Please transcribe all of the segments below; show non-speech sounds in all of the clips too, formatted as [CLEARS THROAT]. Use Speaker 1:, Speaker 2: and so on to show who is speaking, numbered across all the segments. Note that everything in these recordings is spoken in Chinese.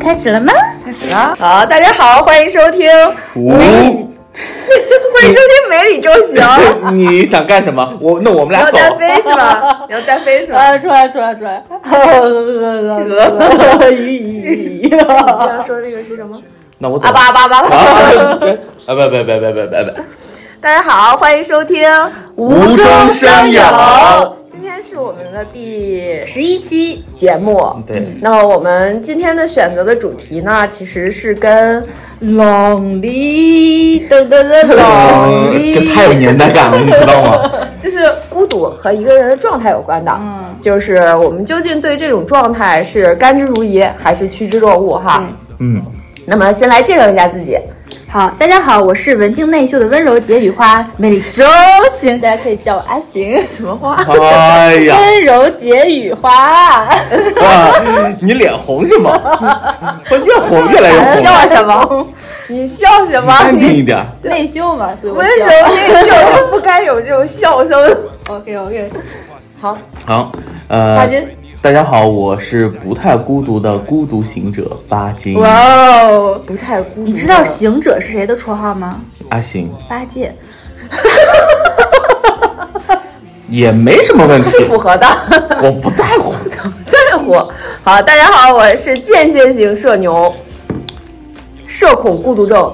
Speaker 1: 开始了吗？
Speaker 2: 开始了。啊好，大家好，欢迎收听，
Speaker 1: 没，
Speaker 2: 欢迎收听美里周
Speaker 3: [LAUGHS]
Speaker 2: 行。
Speaker 4: 你想干什么？我那我们俩
Speaker 2: 要
Speaker 4: 走。
Speaker 2: 单飞是
Speaker 3: [LAUGHS]
Speaker 2: 吧？你要单飞是吧？
Speaker 3: 啊，出来出来出来！咦咦
Speaker 2: 你
Speaker 3: 咦！
Speaker 2: 要说那个是什么？
Speaker 4: 那我走
Speaker 3: [LAUGHS] 啊
Speaker 4: 吧。
Speaker 3: 吧吧吧
Speaker 4: 啊！
Speaker 3: 吧！
Speaker 4: 啊对啊不不不不不不不！
Speaker 2: [LAUGHS] 大家好，欢迎收听。
Speaker 4: 无中生有。
Speaker 2: 今天是我们的第
Speaker 1: 十一期
Speaker 2: 节目。
Speaker 4: 对，
Speaker 2: 那么我们今天的选择的主题呢，其实是跟 lonely 噔噔
Speaker 3: [LAUGHS]
Speaker 2: 噔
Speaker 4: 嗯，这太有
Speaker 2: lonely，
Speaker 4: 年代感了，你知道吗？
Speaker 2: 就是孤独和一个人的状态有关的。嗯，就是我们究竟对这种状态是甘之如饴，还是趋之若鹜？哈。
Speaker 4: 嗯，
Speaker 2: 那么先来介绍一下自己，
Speaker 1: 好，大家好，我是文静内秀的温柔解语花美丽周
Speaker 3: 行，大家可以叫我阿行，
Speaker 2: 什么花？
Speaker 4: 哎呀，
Speaker 3: 温柔解语花。
Speaker 4: 啊你脸红是吗？我越红越来越红了。
Speaker 2: 笑什么？呃 [LAUGHS] 你笑什么？
Speaker 4: 淡定
Speaker 2: 你
Speaker 4: 一点。
Speaker 3: [LAUGHS] 内秀嘛，所以我
Speaker 2: 温柔内秀，不该有这种笑声。
Speaker 3: OK OK，
Speaker 4: 好，呃，
Speaker 2: 巴金
Speaker 4: 大家好，我是不太孤独的孤独行者巴金
Speaker 2: [LAUGHS] 哇哦，不太孤独。
Speaker 1: 你知道行者是谁的绰号吗？
Speaker 4: 阿行，
Speaker 1: 八戒。
Speaker 4: 也没什么问题
Speaker 2: 是，符合的，
Speaker 4: 我不在乎。
Speaker 2: [LAUGHS] 在乎。好，大家好，我是间歇型社牛，社恐孤独症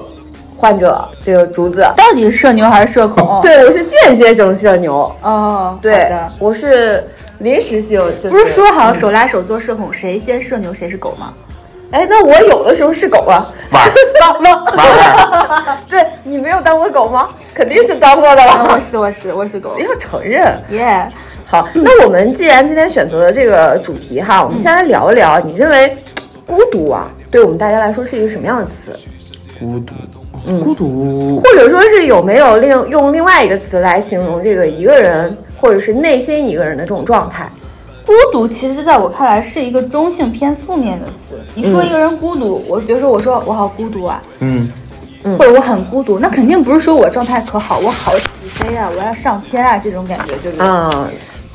Speaker 2: 患者，这个竹子。
Speaker 3: 到底是社牛还是社恐？
Speaker 2: 对，我是间歇型社牛。
Speaker 3: 哦，
Speaker 2: 对
Speaker 3: 的，。
Speaker 2: 我是临时性，就是
Speaker 1: 不是说好手拉手做社恐，谁先社牛谁是狗吗？
Speaker 2: 哎，那我有的时候是狗啊。 [LAUGHS]
Speaker 4: 完完，
Speaker 2: 对你没有当过狗吗？肯定是当过
Speaker 3: [LAUGHS]
Speaker 2: 的了。
Speaker 3: 哦我是我是我是狗
Speaker 2: 你。要承认。
Speaker 3: 耶，
Speaker 2: 好，那我们既然今天选择了这个主题哈，我们先来聊一聊，你认为孤独啊，对我们大家来说是一个什么样的词？
Speaker 4: 孤独，孤独。
Speaker 2: 或者说是有没有另用另外一个词来形容这个一个人或者是内心一个人的这种状态？
Speaker 3: 孤独其实在我看来是一个中性偏负面的词。
Speaker 2: 嗯
Speaker 3: 你说一个人孤独，我比如说我说我好孤独啊，
Speaker 4: 嗯，
Speaker 2: 嗯
Speaker 3: 或者我很孤独，那肯定不是说我状态可好，我好起飞啊，我要上天啊这种感觉，对不对？
Speaker 2: 嗯，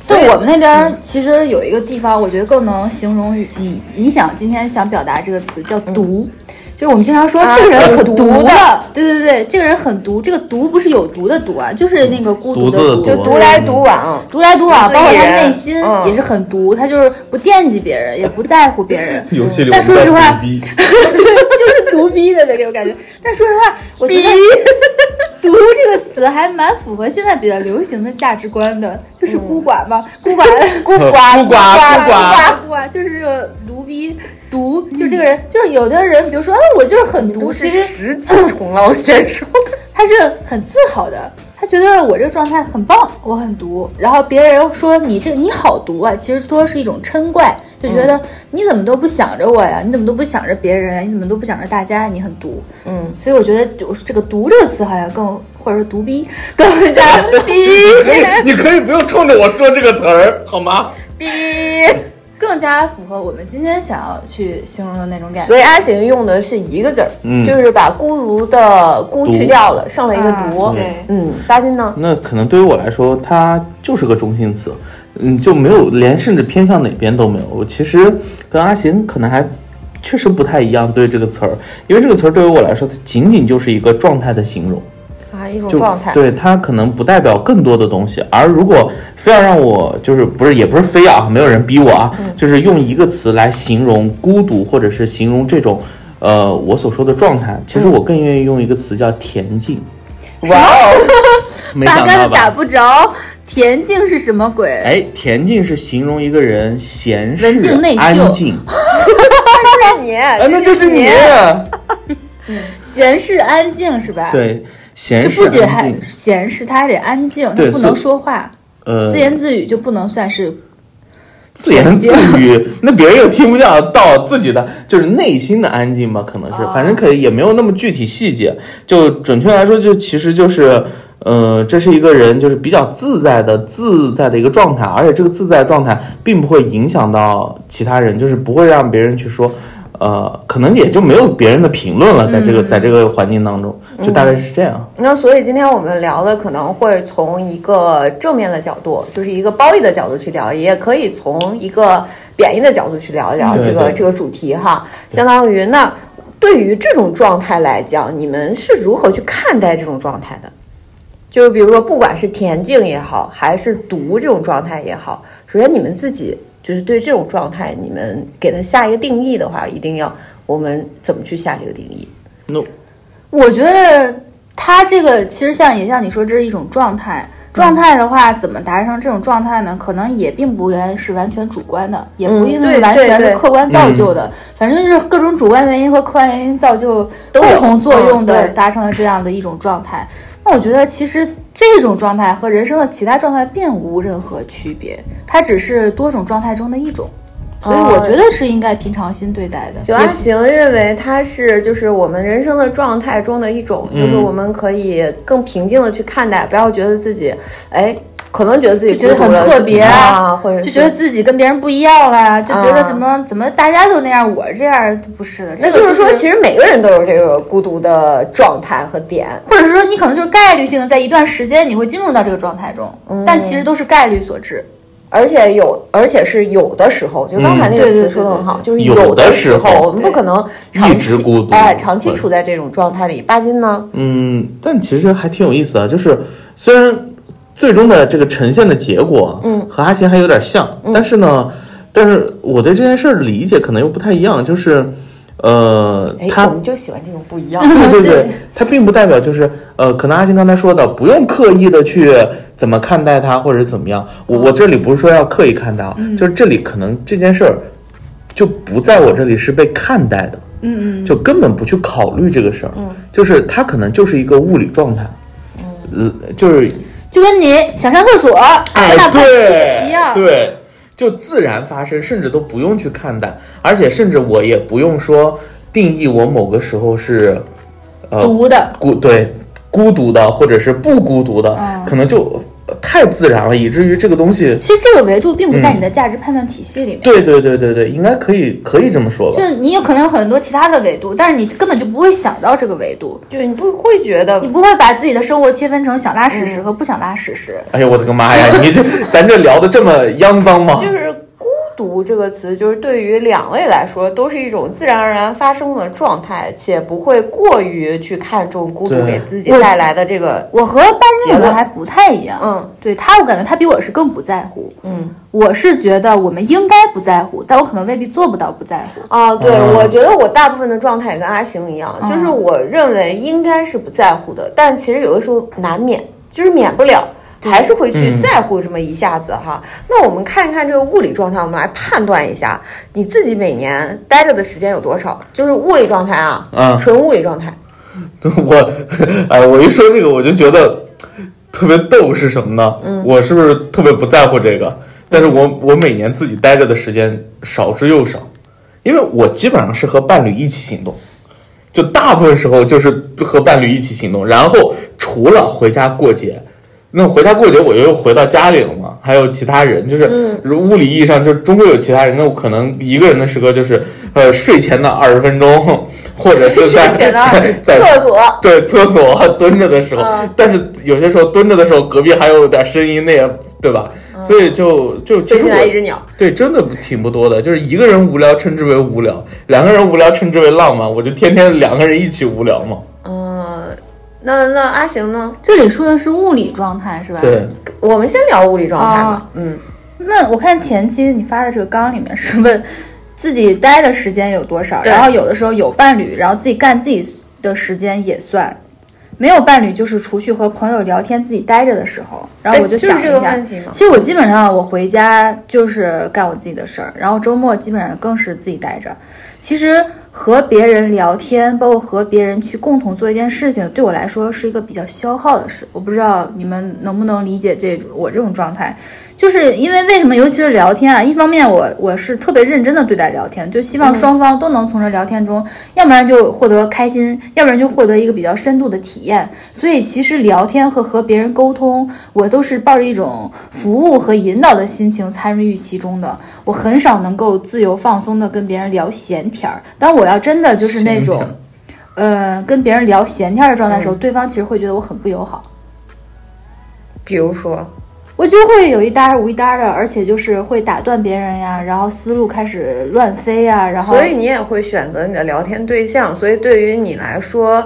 Speaker 3: 对我们那边其实有一个地方，我觉得更能形容你你你想今天想表达这个词叫毒。就是我们经常说、
Speaker 2: 嗯啊
Speaker 3: 这个人很
Speaker 2: 很毒
Speaker 3: 毒
Speaker 2: 的
Speaker 3: 的，对对对，这个人很毒，这个毒不是有毒的毒啊，就是那个孤独
Speaker 4: 独自的
Speaker 3: 毒，啊
Speaker 2: 就
Speaker 4: 毒，
Speaker 2: 独来独往，
Speaker 3: 独来独往，
Speaker 2: 自己
Speaker 3: 包括他
Speaker 2: 人
Speaker 3: 内心
Speaker 2: 嗯
Speaker 3: 也是很毒，他就是不惦记别人，也 [LAUGHS] 不在乎别人
Speaker 4: 游戏里
Speaker 3: 嗯但
Speaker 4: 我
Speaker 3: 说
Speaker 4: 们
Speaker 3: 实话
Speaker 4: 在
Speaker 3: [LAUGHS]
Speaker 4: 逼
Speaker 3: 对，就是毒逼的那种感觉。但说实话，我 [LAUGHS] 觉得“毒”这个词还蛮符合现在比较流行的价值观的，就是孤寡嘛，嗯 [LAUGHS] 孤寡孤
Speaker 2: 呱
Speaker 4: [LAUGHS]
Speaker 2: 呱
Speaker 3: 寡孤寡孤寡，就是这个毒逼毒，就这个人，就是有的人，比如说，哎，我就是很嗯毒，
Speaker 2: 都
Speaker 3: 其
Speaker 2: 是
Speaker 3: 实
Speaker 2: 十字虫了，我先说。
Speaker 3: 他是很自豪的。他觉得我这个状态很棒，我很毒，然后别人说你这你好毒啊，其实多是一种嗔怪，就觉得你怎么都不想着我呀，你怎么都不想着别人呀，你怎么都不想着大家呀，你很毒。
Speaker 2: 嗯，
Speaker 3: 所以我觉得就是这个“毒”这个词好像更，或者是“毒逼” [LAUGHS] 更加逼，
Speaker 4: 可以，哎你可以不用冲着我说这个词儿好吗？
Speaker 3: 更加符合我们今天想要去形容的那种感觉。
Speaker 2: 所以阿行用的是一个字儿，
Speaker 4: 嗯
Speaker 2: 就是把孤独的孤去掉了，剩了一个独。
Speaker 3: 啊对
Speaker 2: 嗯，巴金呢？
Speaker 4: 那可能对于我来说，它就是个中性词，嗯，就没有连甚至偏向哪边都没有。我其实跟阿行可能还确实不太一样，对这个词儿，因为这个词儿对于我来说，它仅仅就是一个状态的形容。
Speaker 2: 啊，一种
Speaker 4: 就
Speaker 2: 状态。
Speaker 4: 对它可能不代表更多的东西。而如果非要让我就是不是也不是非要啊，没有人逼我啊，
Speaker 3: 嗯
Speaker 4: 就是用一个词来形容孤独，或者是形容这种呃我所说的状态，其实
Speaker 3: 嗯
Speaker 4: 我更愿意用一个词叫恬静。
Speaker 2: 哇哦，
Speaker 4: [LAUGHS] 没
Speaker 3: 八
Speaker 4: 想
Speaker 3: 竿
Speaker 4: 到
Speaker 3: 子打
Speaker 4: 吧？
Speaker 3: 不着，恬静是什么鬼？
Speaker 4: 哎，恬静是形容一个人闲适
Speaker 3: 文静内秀
Speaker 4: 安静，
Speaker 2: 那是你，
Speaker 4: 啊，那就是你。
Speaker 3: 闲适安静是吧？，
Speaker 4: 对，闲
Speaker 3: 这
Speaker 4: 适
Speaker 3: 不仅
Speaker 4: 哎安
Speaker 3: 还
Speaker 4: 静。
Speaker 3: 闲适，他还得安静，他
Speaker 4: 对
Speaker 3: 不能
Speaker 4: 所以
Speaker 3: 说话，
Speaker 4: 呃，
Speaker 3: 自言自语就不能算是
Speaker 4: 自言自语，那别人又听不到到自己的，就是内心的安静吧，可能是，反正可以也没有那么具体细节。就准确来说，就其实就是，呃，这是一个人就是比较自在的、自在的一个状态，而且这个自在状态并不会影响到其他人，就是不会让别人去说。呃，可能也就没有别人的评论了，在这个在这个环境当中，就大概是这样。
Speaker 2: 那所以今天我们聊的可能会从一个正面的角度，就是一个褒义的角度去聊，也可以从一个贬义的角度去聊一聊
Speaker 4: 嗯
Speaker 2: 这
Speaker 4: 对
Speaker 2: 个
Speaker 4: 对
Speaker 2: 这个主题哈。相当于那对于这种状态来讲，你们是如何去看待这种状态的？就是比如说，不管是田径也好，还是读这种状态也好，首先你们自己就是对这种状态，你们给它下一个定义的话，一定要我们怎么去下这个定义？
Speaker 4: 那
Speaker 3: 我觉得他这个其实像也像你说，这是一种状态。
Speaker 2: 嗯
Speaker 3: 状态的话，怎么达成这种状态呢？可能也并不原是完全主观的，也不一定
Speaker 2: 嗯对
Speaker 3: 是完全
Speaker 2: 对
Speaker 3: 是
Speaker 2: 对嗯
Speaker 3: 客观造就的。反正就是各种主观原因和客观原因造就
Speaker 2: 都有
Speaker 3: 共同作用
Speaker 2: 嗯
Speaker 3: 的，
Speaker 2: 对
Speaker 3: 达成了这样的一种状态。那我觉得，其实这种状态和人生的其他状态并无任何区别，它只是多种状态中的一种。所以
Speaker 2: 哦
Speaker 3: 我觉得是应该平常心对待的。
Speaker 2: 九阿行认为它是就是我们人生的状态中的一种，就是我们可以更平静的去看待，不要觉得自己，哎，可能觉得自己
Speaker 3: 就觉得
Speaker 2: 孤独
Speaker 3: 很
Speaker 2: 了
Speaker 3: 特别
Speaker 2: 啊，或者
Speaker 3: 就是觉得自己跟别人不一样啦，就觉
Speaker 2: 啊
Speaker 3: 得什么、怎么大家都那样，我这样不是的。这
Speaker 2: 那
Speaker 3: 个
Speaker 2: 就是
Speaker 3: 是
Speaker 2: 说，其实每个人都有这个孤独的状态和点。
Speaker 3: 或者是说你可能就是概率性的，在一段时间你会进入到这个状态中，
Speaker 2: 嗯
Speaker 3: 但其实都是概率所致。
Speaker 2: 而且有，而且是有的时候，就刚才那个
Speaker 3: 嗯对对
Speaker 2: 词
Speaker 3: 对
Speaker 2: 说的很好，就是
Speaker 4: 有
Speaker 2: 有
Speaker 4: 的
Speaker 2: 时
Speaker 4: 时候
Speaker 2: 我们不可能长
Speaker 4: 一直
Speaker 2: 期
Speaker 4: 孤独
Speaker 2: 哎，长期
Speaker 4: 对
Speaker 2: 处在这种状态里。巴金呢？
Speaker 4: 嗯，但其实还挺有意思的，就是虽然最终的这个呈现的结果，嗯，和阿琴还有点像，
Speaker 2: 嗯
Speaker 4: 但是呢，但是我对这件事儿的理解可能又不太一样，就是，呃
Speaker 2: 哎，，
Speaker 4: 他
Speaker 2: 我们就喜欢这种不一样。
Speaker 4: 啊对对对，它并不代表就是呃，可能阿金刚才说的，不用刻意的去怎么看待它，或者怎么样。我我这里不是说要刻意看待啊，就是这里可能这件事儿就不在我这里是被看待的，嗯嗯，就根本不去考虑这个事儿，嗯，就是它可能就是一个物理状态，嗯，就是
Speaker 3: 就跟你想上厕所，
Speaker 4: 哎
Speaker 3: 想打喷嚏
Speaker 4: 对
Speaker 3: 一样。
Speaker 4: 对，就自然发生，甚至都不用去看待，而且甚至我也不用说定义我某个时候是呃
Speaker 3: 毒的，
Speaker 4: 孤对孤独的或者是不孤独的，可能就呃太自然了，以至于这个东西，
Speaker 3: 其实这个维度并不
Speaker 2: 嗯
Speaker 3: 在你的价值判断体系里面。
Speaker 4: 对对对对对，应该可以可以这么说吧
Speaker 3: 就。你有可能有很多其他的维度，但是你根本就不会想到这个维度，
Speaker 2: 对，你不会觉得
Speaker 3: 你不会把自己的生活切分成想拉屎
Speaker 2: 嗯
Speaker 3: 时和不想拉屎时。
Speaker 4: 哎呦我的个妈呀！你这咱这聊的这么肮脏吗？
Speaker 2: 就是孤独这个词，就是对于两位来说，都是一种自然而然发生的状态，且不会过于去看重孤独
Speaker 4: 对
Speaker 2: 给自己带来的这个。
Speaker 3: 我和班金
Speaker 2: 结
Speaker 3: 可
Speaker 2: 论
Speaker 3: 能还不太一样，
Speaker 2: 嗯，
Speaker 3: 对他，我感觉他比我是更不在乎，
Speaker 2: 嗯，
Speaker 3: 我是觉得我们应该不在乎，但我可能未必做不到不在乎，
Speaker 2: 啊，对，
Speaker 4: 嗯
Speaker 2: 我觉得我大部分的状态也跟阿行一样，就是我认为应该是不在乎的，但其实有的时候难免，就是免不了。还是会去
Speaker 4: 嗯
Speaker 2: 在乎这么一下子哈。那我们看一看这个物理状态，我们来判断一下你自己每年待着的时间有多少，就是物理状态啊，
Speaker 4: 嗯
Speaker 2: 纯物理状态。
Speaker 4: [LAUGHS] 我，哎，我一说这个我就觉得特别逗，是什么呢？
Speaker 2: 嗯
Speaker 4: 我是不是特别不在乎这个？但是我我每年自己待着的时间少之又少，因为我基本上是和伴侣一起行动，就大部分时候就是和伴侣一起行动，然后除了回家过节。那回家过节，我又回到家里了嘛，还有其他人，
Speaker 2: 嗯
Speaker 4: 就是如物理意义上，就终归有其他人。那我可能一个人的时刻就是，呃，睡前的二十分钟，或者 [LAUGHS] 是在
Speaker 2: 睡前的
Speaker 4: 在在
Speaker 2: 厕所
Speaker 4: 对厕所啊蹲着的时候，
Speaker 2: 嗯
Speaker 4: 但是有些时候蹲着的时候，隔壁还有点声音，那也对吧？所以就就其
Speaker 2: 飞
Speaker 4: 实
Speaker 2: 进嗯来一只
Speaker 4: 我
Speaker 2: 鸟，
Speaker 4: 对真的挺不多的，就是一个人无聊称之为无聊，两个人无聊称之为浪漫，我就天天两个人一起无聊嘛。
Speaker 2: 嗯，那那阿行呢？
Speaker 3: 这里说的是物理状态
Speaker 2: 嗯
Speaker 3: 是吧？
Speaker 4: 对，
Speaker 2: 我们先聊物理状态
Speaker 3: 哦。
Speaker 2: 吧嗯，
Speaker 3: 那我看前期你发的这个纲里面是问自己待的时间有多少，
Speaker 2: 对
Speaker 3: 然后有的时候有伴侣，然后自己干自己的时间也算。没有伴侣就是除去和朋友聊天自己待着的时候，然后
Speaker 2: 哎
Speaker 3: 我
Speaker 2: 就是
Speaker 3: 想
Speaker 2: 这个
Speaker 3: 一下
Speaker 2: 问题嘛，
Speaker 3: 其实我基本上我回家就是干我自己的事儿，然后周末基本上更是自己待着。其实和别人聊天，包括和别人去共同做一件事情，对我来说是一个比较消耗的事。我不知道你们能不能理解这我这种状态，就是因为为什么，尤其是聊天啊，一方面我我是特别认真的对待聊天，就希
Speaker 4: 嗯
Speaker 3: 望双方都能从这聊天中，要不然就获得开心，要不然就获得一个比较深度的体验。所以其实聊天和和别人沟通，我都是抱着一种服务和引导的心情参与其中的。我很少能够自由放松的跟别人聊闲天儿，但我要真的就是那种
Speaker 4: 闲天儿，嗯
Speaker 3: 呃，跟别人聊闲天儿的状态的时候，对方其实会觉得我很不友好。
Speaker 2: 比如说，
Speaker 3: 我就会有一搭儿无一搭儿的，而且就是会打断别人呀，然后思路开始乱飞呀，然后
Speaker 2: 所以你也会选择你的聊天对象，所以对于你来说，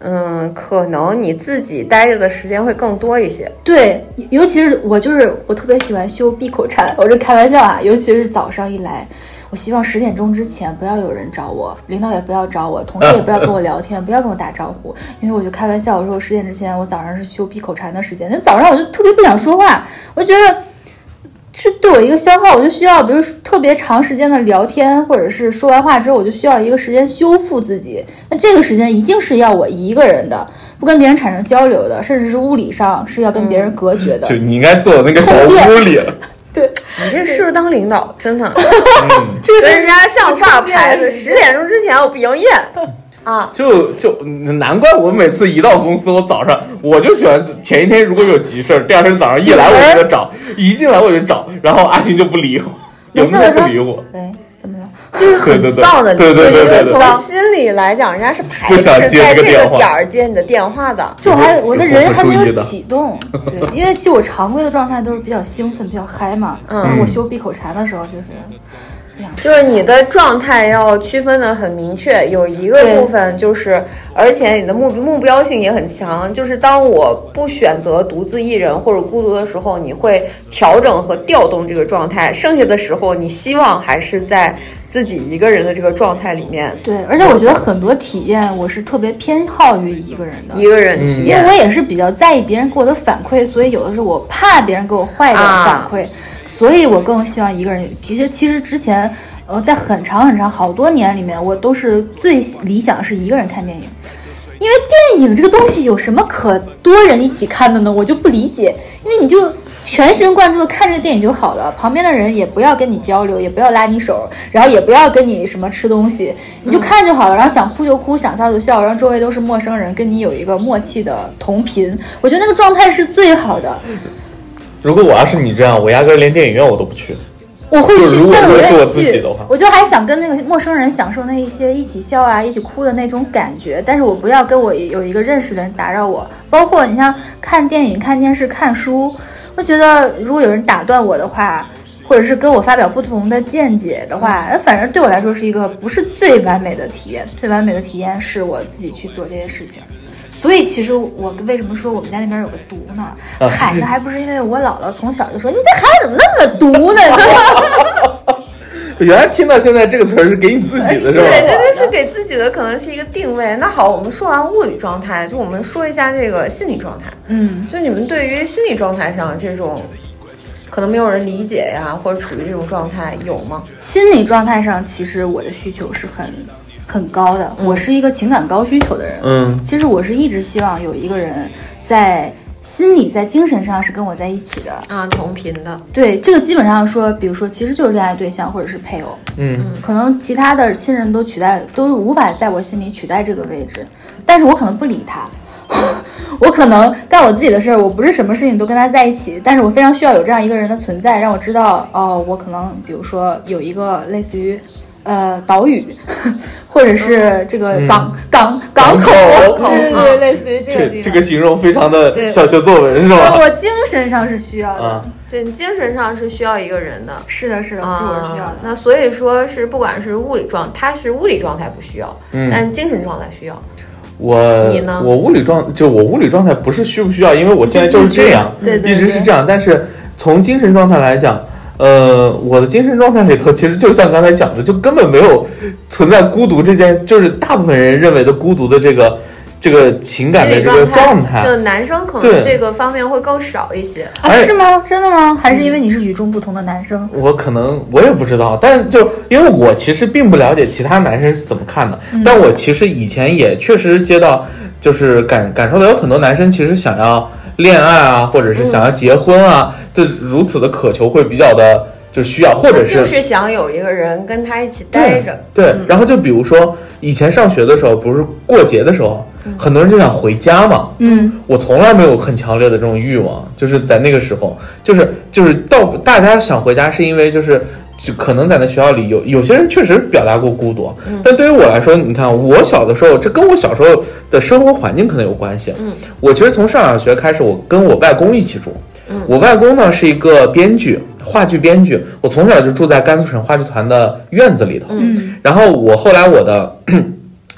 Speaker 2: 嗯，可能你自己待着的时间会更多一些。
Speaker 3: 对，尤其是我就是我特别喜欢修闭口禅，我这开玩笑啊，尤其是早上一来，我希望十点钟之前不要有人找我，领导也不要找我，同事也不要跟我聊天，不要跟我打招呼，因为我就开玩笑我说我十点之前我早上是修闭口禅的时间，那早上我就特别不想说话，我觉得。是对我一个消耗，我就需要，比如说特别长时间的聊天，或者是说完话之后，我就需要一个时间修复自己。那这个时间一定是要我一个人的，不跟别人产生交流的，甚至是物理上是要跟别人隔绝的。
Speaker 4: 就你应该坐我那个小屋里，
Speaker 2: 你这适合当领导，真的，
Speaker 4: 嗯，
Speaker 2: 跟人家像挂牌子，十点钟之前我不营业。啊，
Speaker 4: 就就难怪我每次一到公司，我早上我就喜欢前一天如果有急事儿，第二天早上一来我就找，一进来我就找，然后阿寻就不理我，有事儿不理我，
Speaker 3: 对，怎么了？
Speaker 2: 就是很
Speaker 4: 对对对
Speaker 2: 臊的，
Speaker 4: 对对对
Speaker 2: 就
Speaker 4: 对
Speaker 2: 是
Speaker 4: 对
Speaker 2: 从心里来讲，人家是排
Speaker 4: 不
Speaker 2: 斥
Speaker 4: 想
Speaker 2: 在
Speaker 4: 接
Speaker 2: 这个
Speaker 4: 这个电话
Speaker 2: 点儿接你的电话的。
Speaker 3: 就我还我的人还没
Speaker 4: 有
Speaker 3: 有
Speaker 4: 会注意的
Speaker 3: 启动，对，因为其实我常规的状态都是比较兴奋、比较嗨嘛。嗯，我修闭口禅的时候就是，
Speaker 2: 就是你的状态要区分的很明确，有一个
Speaker 3: 对
Speaker 2: 部分就是，而且你的目目标性也很强，就是当我不选择独自一人或者孤独的时候，你会调整和调动这个状态；剩下的时候，你希望还是在自己一个人的这个状态里面，
Speaker 3: 对，而且我觉得很多体验我是特别偏好于一个人的，
Speaker 2: [LAUGHS] 一个人体
Speaker 3: 因
Speaker 2: 验。
Speaker 3: 为我也是比较在意别人给我的反馈，所以有的时候我怕别人给我坏的反馈，所以我更希望一个人。其实其实之前，呃，在很长很长好多年里面，我都是最理想是一个人看电影。因为电影这个东西有什么可多人一起看的呢？我就不理解，因为你就全神贯注的看这个电影就好了，旁边的人也不要跟你交流，也不要拉你手，然后也不要跟你什么吃东西，你就看就好了，然后想哭就哭，想笑就笑，然后周围都是陌生人，跟你有一个默契的同频，我觉得那个状态是最好的。
Speaker 5: 如果我要是你这样，我压根儿连电影院我都不去。
Speaker 3: 我会
Speaker 5: 就是
Speaker 3: 去
Speaker 5: 如，果
Speaker 3: 但是我
Speaker 5: 说是
Speaker 3: 愿
Speaker 5: 我
Speaker 3: 意
Speaker 5: 自己
Speaker 3: 去
Speaker 5: 的话，
Speaker 3: 我就还想跟那个陌生人享受那一些一起笑啊、一起哭的那种感觉，但是我不要跟我有一个认识的人打扰我。包括你像看电影、看电视、看书，我觉得如果有人打断我的话，或者是跟我发表不同的见解的话，那反正对我来说是一个不是最完美的体验。最完美的体验是我自己去做这些事情。所以其实我为什么说我们家那边有个毒呢？
Speaker 5: 啊
Speaker 3: 嗨，那还不是因为我姥姥从小就说你这孩子怎么那么毒呢？你
Speaker 4: 原来听到现在这个词儿是给你自己的是吧？
Speaker 2: 对，这就是给自己的可能是一个定位。那好，我们说完物理状态，就我们说一下这个心理状态。
Speaker 3: 嗯，
Speaker 2: 就你们对于心理状态上这种，可能没有人理解呀，或者处于这种状态有吗？
Speaker 3: 心理状态上，其实我的需求是很很高的。我是一个情感高需求的人。
Speaker 4: 嗯，
Speaker 3: 其实我是一直希望有一个人在心理、在精神上是跟我在一起的。
Speaker 2: 啊，同频的，
Speaker 3: 对，这个基本上说，比如说，其实就是恋爱对象或者是配偶。
Speaker 4: 嗯，
Speaker 3: 可能其他的亲人都取代，都无法在我心里取代这个位置，但是我可能不理他。 [LAUGHS] 我可能干我自己的事儿，我不是什么事情都跟他在一起，但是我非常需要有这样一个人的存在，让我知道，哦，我可能比如说有一个类似于，呃，岛屿， [LAUGHS] 或者是这个港、港港口，
Speaker 4: 嗯口啊
Speaker 3: 对对对，类似于这个
Speaker 4: 这
Speaker 3: 地
Speaker 4: 这
Speaker 3: 方。
Speaker 4: 个形容非常的
Speaker 2: 对
Speaker 4: 小学作文是吧？
Speaker 3: 我精神上是需要的，
Speaker 4: 啊，
Speaker 2: 对你精神上是需要一个人的。
Speaker 3: 是的，是的，其实我是需要
Speaker 2: 啊
Speaker 3: 的。
Speaker 2: 那所以说是，不管是物理状，他是物理状态不需要，
Speaker 4: 嗯
Speaker 2: 但精神状态需要。
Speaker 4: 我
Speaker 2: 你呢
Speaker 4: 我物理状就我物理状态不是需不需要，因为我现在就是这样，
Speaker 3: 就一直对对
Speaker 4: 一直是这样。但是从精神状态来讲，呃，我的精神状态里头，其实就像刚才讲的，就根本没有存在孤独这件，就是大部分人认为的孤独的这个这个情感的这个状态。
Speaker 2: 就男生可
Speaker 4: 对
Speaker 2: 能这个方面会更少一些。
Speaker 3: 啊，
Speaker 4: 哎嗯
Speaker 3: 是吗？真的吗？还是因为你是与众不同的男生？
Speaker 4: 我可能我也不知道，但就因为我其实并不了解其他男生是怎么看的，
Speaker 2: 嗯
Speaker 4: 但我其实以前也确实接到，就是感感受到有很多男生其实想要恋爱啊，或者是想要结婚啊，
Speaker 2: 嗯
Speaker 4: 就如此的渴求会比较的，就是需要，或者是嗯
Speaker 2: 就是想有一个人跟他一起待着。嗯
Speaker 4: 对，然后就比如说以前上学的时候，不是过节的时候，
Speaker 2: 嗯
Speaker 4: 很多人就想回家嘛。
Speaker 3: 嗯，
Speaker 4: 我从来没有很强烈的这种欲望，就是在那个时候，就是就是到大家想回家是因为就是。就可能在那学校里有有些人确实表达过孤独，但对于我来说，你看我小的时候，这跟我小时候的生活环境可能有关系。嗯，我其实从上小学开始，我跟我外公一起住。嗯，我外公呢是一个编剧，话剧编剧。我从小就住在甘肃省话剧团的院子里头。嗯，然后我后来我的 [CLEARS THROAT]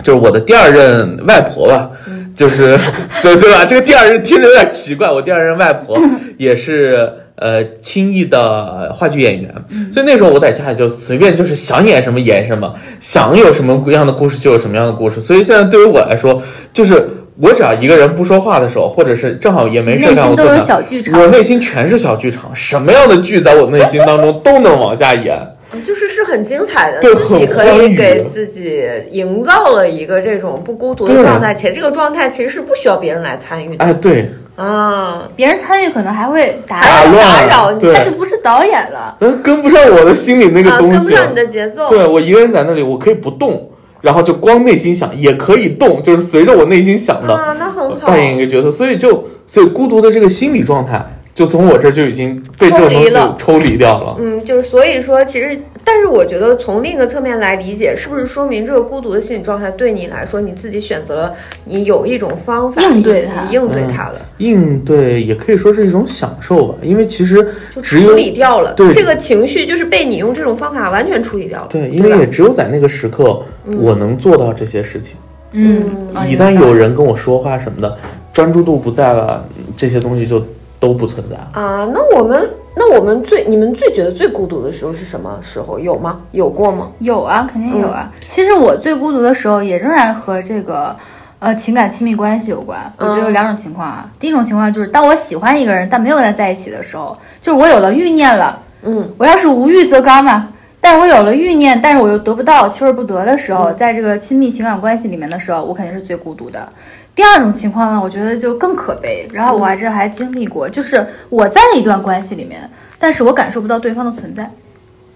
Speaker 4: 就是我的第二任外婆吧，
Speaker 3: 嗯
Speaker 4: 就是 [LAUGHS] 对对吧？这个第二任听着有点奇怪，我第二任外婆
Speaker 3: [LAUGHS]
Speaker 4: 也是呃轻易的话剧演员，
Speaker 3: 嗯
Speaker 4: 所以那时候我在家里就随便就是想演什么演什么，想有什么样的故事就有什么样的故事。所以现在对于我来说，就是我只要一个人不说话的时候，或者是正好也没事
Speaker 3: 内
Speaker 4: 干，
Speaker 3: 心
Speaker 4: 我
Speaker 3: 都
Speaker 4: 坐
Speaker 3: 有
Speaker 4: 那
Speaker 3: 小剧场
Speaker 4: 我内心全是小剧场，什么样的剧在我内心当中都能往下演。
Speaker 2: 就是是很精彩的，
Speaker 4: 对
Speaker 2: 自己
Speaker 4: 很
Speaker 2: 可
Speaker 4: 欢
Speaker 2: 以
Speaker 4: 愉
Speaker 2: 给自己营造了一个这种不孤独的
Speaker 4: 对
Speaker 2: 状态，且这个状态其实是不需要别人来参与的
Speaker 4: 哎，对，
Speaker 2: 啊。
Speaker 3: 别人参与可能还会打
Speaker 4: 打
Speaker 3: 扰，
Speaker 4: 乱
Speaker 2: 哎打
Speaker 4: 了
Speaker 2: 扰你
Speaker 4: 对
Speaker 3: 他就不是导演了。
Speaker 4: 咱跟不上我的心里那个
Speaker 2: 啊，
Speaker 4: 东
Speaker 2: 跟不
Speaker 4: 西。
Speaker 2: 上你的节奏，
Speaker 4: 对啊我一个人在那里，我可以不动，然后就光内心想，也可以动，就是随着我内心想的、
Speaker 2: 啊，那很好。
Speaker 4: 扮演一个角色。所以就所以孤独的这个心理状态，就从我这儿就已经被这
Speaker 2: 抽
Speaker 4: 种东
Speaker 2: 离
Speaker 4: 西
Speaker 2: 了
Speaker 4: 抽离掉了。
Speaker 2: 嗯，就是所以说，其实，但是我觉得从另一个侧面来理解，是不是说明这个孤独的心理状态对你来说，你自己选择了，你有一种方法
Speaker 3: 应对
Speaker 2: 以及
Speaker 3: 它
Speaker 2: 应
Speaker 4: 嗯
Speaker 2: 对它了，
Speaker 4: 应对也可以说是一种享受吧，因为其实
Speaker 2: 就
Speaker 4: 只有
Speaker 2: 处理掉了
Speaker 4: 对
Speaker 2: 这个情绪，就是被你用这种方法完全处理掉了。
Speaker 4: 对，因为
Speaker 2: 吧嗯
Speaker 4: 也只有在那个时刻，我能做到这些事情。
Speaker 3: 嗯，
Speaker 2: 哦
Speaker 4: 一旦有人跟我说话什么的，专注度不在了，这些东西就都不存在了。
Speaker 2: 啊，那我们那我们最你们最觉得最孤独的时候是什么时候？有吗？有过吗？
Speaker 3: 有啊，肯定有啊。其实我最孤独的时候，也仍然和这个。呃，情感亲密关系有关，我觉得有两种情况啊。第一种情况就是，当我喜欢一个人，但没有跟他在一起的时候，就是我有了欲念了，
Speaker 2: 嗯，
Speaker 3: 我要是无欲则刚嘛。但是我有了欲念，但是我又得不到，求而不得的时候，在这个亲密情感关系里面的时候，我肯定是最孤独的。第二种情况呢，我觉得就更可悲。然后我还这还经历过，就是我在一段关系里面，但是我感受不到对方的存在，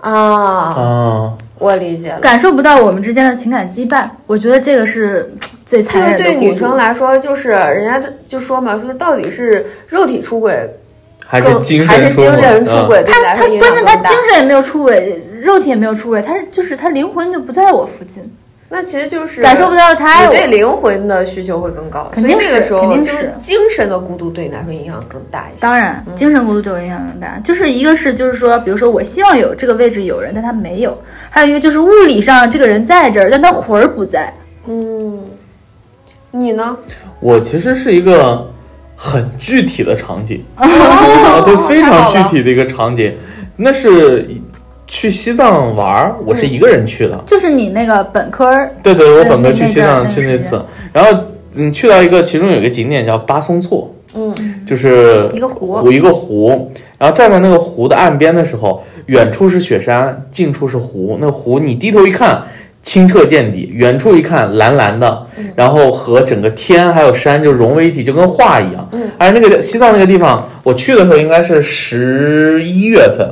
Speaker 2: 啊，
Speaker 4: 啊，
Speaker 2: 我理解了。
Speaker 3: 感受不到我们之间的情感羁绊。我觉得这个是最
Speaker 2: 这
Speaker 3: 残
Speaker 2: 个
Speaker 3: 忍的
Speaker 2: 对
Speaker 3: 孤
Speaker 2: 女
Speaker 3: 独
Speaker 2: 生来说，就是人家就说嘛，说到底是肉体出轨
Speaker 4: 还是
Speaker 2: 更
Speaker 4: 精
Speaker 2: 还
Speaker 4: 神啊
Speaker 2: 是精神出轨，对你
Speaker 3: 他
Speaker 2: 来
Speaker 3: 他
Speaker 2: 说影
Speaker 3: 关键
Speaker 2: 响
Speaker 3: 他
Speaker 2: 更大
Speaker 3: 精。神也没有出轨，肉体也没有出轨，他是就是他灵魂就不在我附近，
Speaker 2: 那其实就是
Speaker 3: 感受不到他爱
Speaker 2: 你
Speaker 3: 我。
Speaker 2: 对灵魂的需求会更高，
Speaker 3: 肯定
Speaker 2: 所以那个
Speaker 3: 是
Speaker 2: 时候
Speaker 3: 肯定
Speaker 2: 就是
Speaker 3: 是
Speaker 2: 精神的孤独对你来说影响更大一些。
Speaker 3: 当然，精神孤独对我影响很大。就是一个是，就是说，比如说，我希望有这个位置有人，但他没有；还有一个就是物理上这个人在这儿，但他魂儿不在。
Speaker 2: 嗯，你呢？
Speaker 4: 我其实是一个很具体的场景，啊，
Speaker 2: 哦
Speaker 4: [LAUGHS] 对，非常具。
Speaker 2: 太好了
Speaker 4: 体的一个场景，那是去西藏玩儿，我
Speaker 2: 嗯
Speaker 4: 是一个人去的，
Speaker 3: 就是你那个本科儿，
Speaker 4: 对对，我
Speaker 3: 对
Speaker 4: 本科
Speaker 3: 那
Speaker 4: 去
Speaker 3: 那
Speaker 4: 西
Speaker 3: 阵儿
Speaker 4: 藏
Speaker 3: 那个
Speaker 4: 去
Speaker 3: 时
Speaker 4: 那
Speaker 3: 间
Speaker 4: 次，然后嗯，去到一个其中有一个景点叫巴松措，
Speaker 2: 嗯，
Speaker 4: 就是
Speaker 3: 一个湖
Speaker 4: 一个湖，然后站在那个湖的岸边的时候，远处是雪山，近处是湖，那湖你低头一看。清澈见底，远处一看蓝蓝的，
Speaker 3: 嗯
Speaker 4: 然后和整个天还有山就融为一体，就跟画一样。嗯，而那个西藏那个地方，我去的时候应该是十一月份，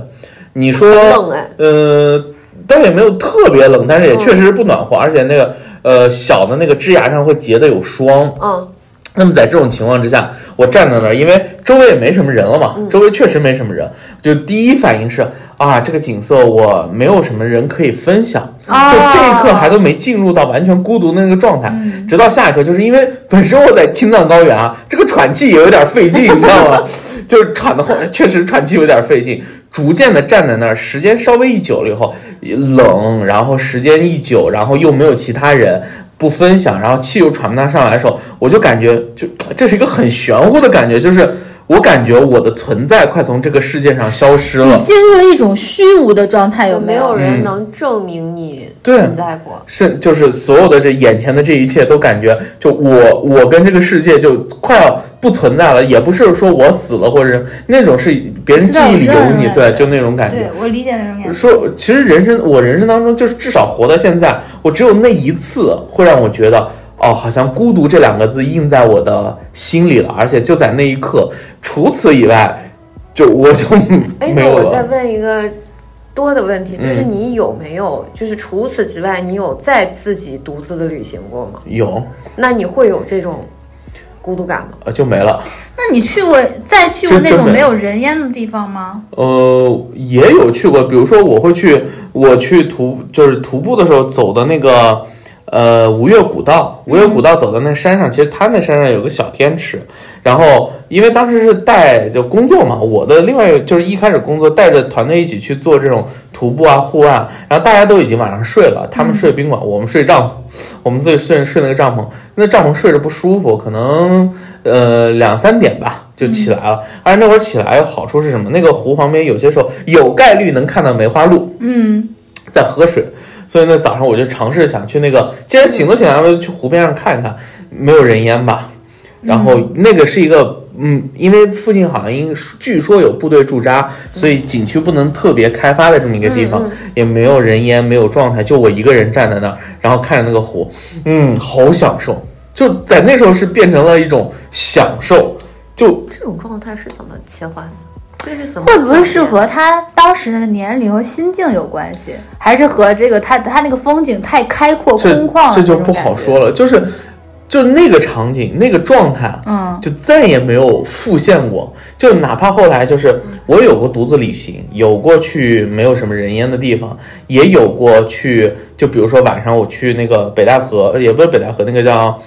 Speaker 4: 你说
Speaker 2: 很
Speaker 3: 啊
Speaker 2: 冷哎，
Speaker 4: 呃，倒也没有特别冷，但是也确实是不暖和，而且那个呃小的那个枝芽上会结的有霜。
Speaker 2: 嗯
Speaker 4: 那么在这种情况之下，我站在那儿，因为周围也没什么人了嘛，周围确实没什么人，就第一反应是啊，这个景色我没有什么人可以分享，就这一刻还都没进入到完全孤独的那个状态，直到下一刻，就是因为本身我在青藏高原啊，这个喘气也有点费劲，你知道吗？就是喘的话，确实喘气有点费劲。逐渐的站在那儿，时间稍微一久了以后，冷，然后时间一久，然后又没有其他人不分享，然后气又喘不大上来的时候，我就感觉就这是一个很玄乎的感觉，就是我感觉我的存在快从这个世界上消失了
Speaker 3: 你。进入了一种虚无的状态，有没
Speaker 2: 嗯没
Speaker 3: 有？
Speaker 2: 有人
Speaker 4: 嗯
Speaker 2: 能证明你
Speaker 4: 对
Speaker 2: 存在过？
Speaker 4: 是，就是所有的这眼前的这一切都感觉，就我我跟这个世界就快要不存在了，也不是说我死了或者那种是别人记忆里有你，
Speaker 3: 知道
Speaker 4: 对，就那种感
Speaker 3: 对
Speaker 4: 觉。
Speaker 3: 我理解那种感觉。
Speaker 4: 说，其实人生我人生当中就是至少活到现在，我只有那一次会让我觉得。哦，好像孤独这两个字印在我的心里了，而且就在那一刻。除此以外，就我就
Speaker 2: 哎，
Speaker 4: 没
Speaker 2: 那
Speaker 4: 有
Speaker 2: 我再
Speaker 4: 了。
Speaker 2: 问一个多的问题，就是
Speaker 4: 嗯
Speaker 2: 你有没有，就是除此之外，你有再自己独自的旅行过吗？
Speaker 4: 有，
Speaker 2: 那你会有这种孤独感吗？
Speaker 4: 呃，就没了。
Speaker 3: 那你去过再去过
Speaker 4: 真
Speaker 3: 那
Speaker 4: 真
Speaker 3: 种
Speaker 4: 没
Speaker 3: 没有人烟的地方吗？
Speaker 4: 呃，也有去过，比如说我会去，我去徒就是徒步的时候走的那个，呃，吴越古道，吴越古道走到那山上，其实它那山上有个小天池，然后因为当时是带就工作嘛，我的另外一个就是一开始工作带着团队一起去做这种徒步啊户外啊，然后大家都已经晚上睡了，他们睡宾馆，我们睡帐篷，我们自己睡睡那个帐篷，那帐篷睡着不舒服，可能呃两三点吧就起来了。而且那会儿起来好处是什么？那个湖旁边有些时候有概率能看到梅花鹿，嗯，在喝水。所以呢，早上我就尝试想去那个，既然行都行了，去湖边上看一看，没有人烟吧。然后那个是一个，嗯，因为附近好像应据说有部队驻扎，所以景区不能特别开发的这么一个地
Speaker 3: 嗯
Speaker 4: 方，也没有人烟，没有状态，就我一个人站在那儿，然后看着那个湖，嗯，好享受，就在那时候是变成了一种享受，就
Speaker 2: 这种状态是怎么切换的？这是怎么
Speaker 3: 会不会是和他当时的年龄和心境有关系，还是和这个他他那个风景太开阔
Speaker 4: 这
Speaker 3: 空旷了？
Speaker 4: 这就不好说
Speaker 3: 了。
Speaker 4: 了，就是就那个场景那个状态，啊
Speaker 3: 嗯，
Speaker 4: 就再也没有复现过。就哪怕后来就是我有过独自旅行，有过去没有什么人烟的地方，也有过去，就比如说晚上我去那个北戴河，也不是北戴河，那个叫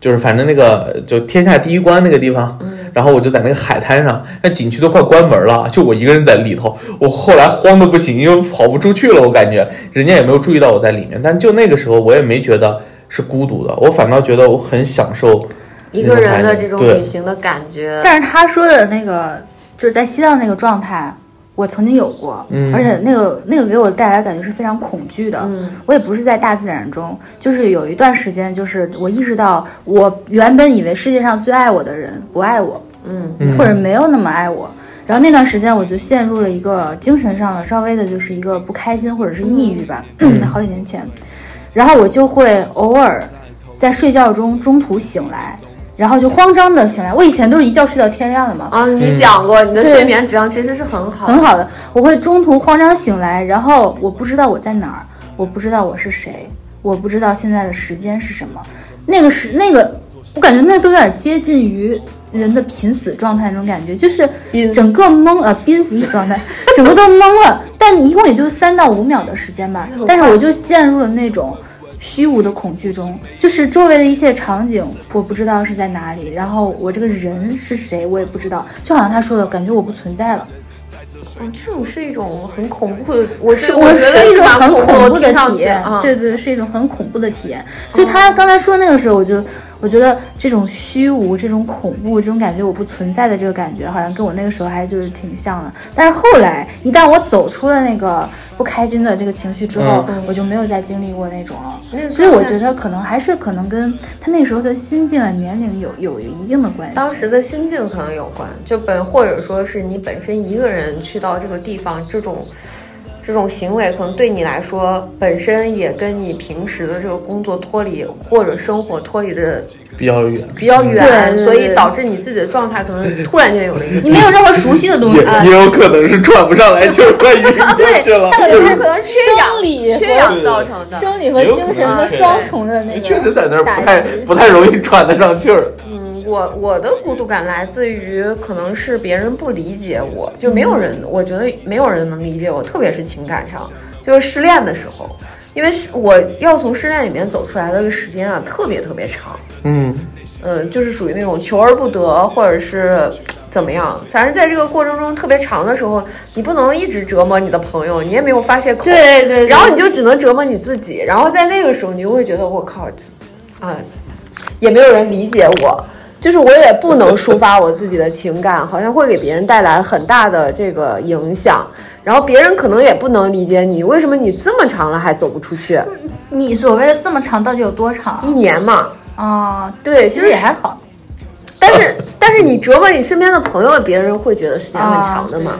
Speaker 4: 就是反正那个就天下第一关那个地方。
Speaker 2: 嗯
Speaker 4: 然后我就在那个海滩上，那景区都快关门了，就我一个人在里头。我后来慌的不行，因为跑不出去了，我感觉人家也没有注意到我在里面。但就那个时候，我也没觉得是孤独的，我反倒觉得我很享受
Speaker 2: 一个人的这种
Speaker 4: 对
Speaker 2: 旅行的感觉？
Speaker 3: 但是他说的那个就是在西藏那个状态，我曾经有过，
Speaker 4: 嗯
Speaker 3: 而且那个那个给我带来的感觉是非常恐惧的。
Speaker 2: 嗯
Speaker 3: 我也不是在大自然中，就是有一段时间，就是我意识到，我原本以为世界上最爱我的人不爱我，
Speaker 2: 嗯，
Speaker 4: 嗯
Speaker 3: 或者没有那么爱我。然后那段时间，我就陷入了一个精神上的稍微的，就是一个不开心或者是抑郁吧。嗯好几年前，然后我就会偶尔在睡觉中中途醒来，然后就慌张的醒来。我以前都是一觉睡到天亮的嘛，
Speaker 2: 啊，你讲过你的
Speaker 3: 对
Speaker 2: 睡眠质量其实是很好的
Speaker 3: 很好的。我会中途慌张醒来，然后我不知道我在哪儿，我不知道我是谁，我不知道现在的时间是什么。那个是那个，我感觉那都有点接近于人的濒死状态那种感觉，就是整个懵呃濒死状态，整个都懵了。但一共也就三到五秒的时间吧，但是我就陷入了那种。虚无的恐惧中，就是周围的一切场景，我不知道是在哪里，然后我这个人是谁，我也不知道，就好像他说的感觉我不存在了。
Speaker 2: 哦，这种是一种很恐怖的，我
Speaker 3: 是
Speaker 2: 我
Speaker 3: 我
Speaker 2: 觉得
Speaker 3: 是一种
Speaker 2: 蛮
Speaker 3: 很恐怖
Speaker 2: 的
Speaker 3: 的
Speaker 2: 听上
Speaker 3: 体
Speaker 2: 去
Speaker 3: 验，
Speaker 2: 啊，
Speaker 3: 对对对，是一种很恐怖的体验。所以他
Speaker 2: 嗯
Speaker 3: 刚才说那个时候，我就我觉得这种虚无、这种恐怖、这种感觉我不存在的这个感觉，好像跟我那个时候还就是挺像的。但是后来一旦我走出了那个不开心的这个情绪之后，
Speaker 2: 嗯
Speaker 3: 我就没有再经历过那种了。
Speaker 2: 那个
Speaker 3: 所以
Speaker 2: 状
Speaker 3: 我
Speaker 2: 态
Speaker 3: 觉得可能还是可能跟他那时候的心境啊、年龄有有有一定的关系。
Speaker 2: 当时的心境可能有关，就本或者说是你本身一个人去到这个地方，这种这种行为可能对你来说本身也跟你平时的这个工作脱离或者生活脱离的
Speaker 4: 比较远。
Speaker 2: 比较远，
Speaker 3: 对对
Speaker 2: 所以
Speaker 3: 对
Speaker 2: 导致你自己的状态可能突然间有了一个
Speaker 3: 你没有任何熟悉的东西，啊
Speaker 4: 也也有可能是串不上来，就是快晕过去了。
Speaker 2: 那个是可能缺氧
Speaker 6: 生理
Speaker 2: 缺氧造成的。
Speaker 6: 生理和精神的双重的那个，
Speaker 4: 确实在那儿不太
Speaker 6: 打击
Speaker 4: 不太容易喘得上气儿。
Speaker 2: 嗯，我我的孤独感来自于可能是别人不理解我，就没有人，我觉得没有人能理解我，特别是情感上，就是失恋的时候，因为是我要从失恋里面走出来的这个时间啊，特别特别长，
Speaker 4: 嗯，
Speaker 2: 嗯，就是属于那种求而不得，或者是怎么样，反正在这个过程中特别长的时候，你不能一直折磨你的朋友，你也没有发泄口，
Speaker 6: 对对对，
Speaker 2: 然后你就只能折磨你自己，然后在那个时候，你就会觉得我靠，啊，也没有人理解我，就是我也不能抒发我自己的情感，好像会给别人带来很大的这个影响，然后别人可能也不能理解你，为什么你这么长了还走不出去？
Speaker 3: 你所谓的这么长到底有多长
Speaker 2: 一年嘛，
Speaker 3: 啊？
Speaker 2: 对
Speaker 3: 其
Speaker 2: 就
Speaker 3: 实也
Speaker 2: 是
Speaker 3: 还好。啊
Speaker 2: 但是但是你折磨你身边的朋友，别人会觉得时间很长的嘛。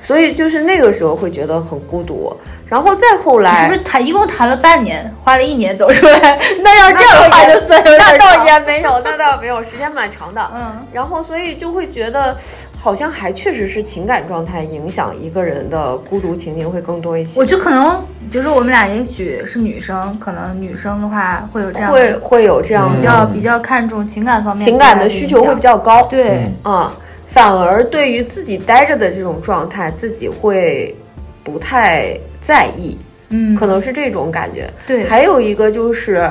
Speaker 2: 所以就是那个时候会觉得很孤独，然后再后来
Speaker 3: 是不是谈一共谈了半年，花了一年走出
Speaker 2: [LAUGHS]
Speaker 3: 来？那要这样的话
Speaker 2: 那倒也
Speaker 3: 就算有点
Speaker 2: 那
Speaker 3: 长
Speaker 2: 倒也没有，那倒没有，时间蛮长的。
Speaker 3: 嗯，
Speaker 2: 然后所以就会觉得，好像还确实是情感状态影响一个人的孤独情境会更多一些
Speaker 3: 我。觉得可能，比如说我们俩也许是女生，可能女生的话会有这样
Speaker 2: 会
Speaker 3: 的嗯
Speaker 2: 会有这样
Speaker 3: 比
Speaker 2: 的
Speaker 3: 较比较看重情感方面
Speaker 2: 情感的需求会比较高。
Speaker 3: 对对。
Speaker 2: 啊、反而对于自己待着的这种状态，自己会不太在意，
Speaker 3: 嗯
Speaker 2: 可能是这种感觉。
Speaker 3: 对
Speaker 2: 还有一个就是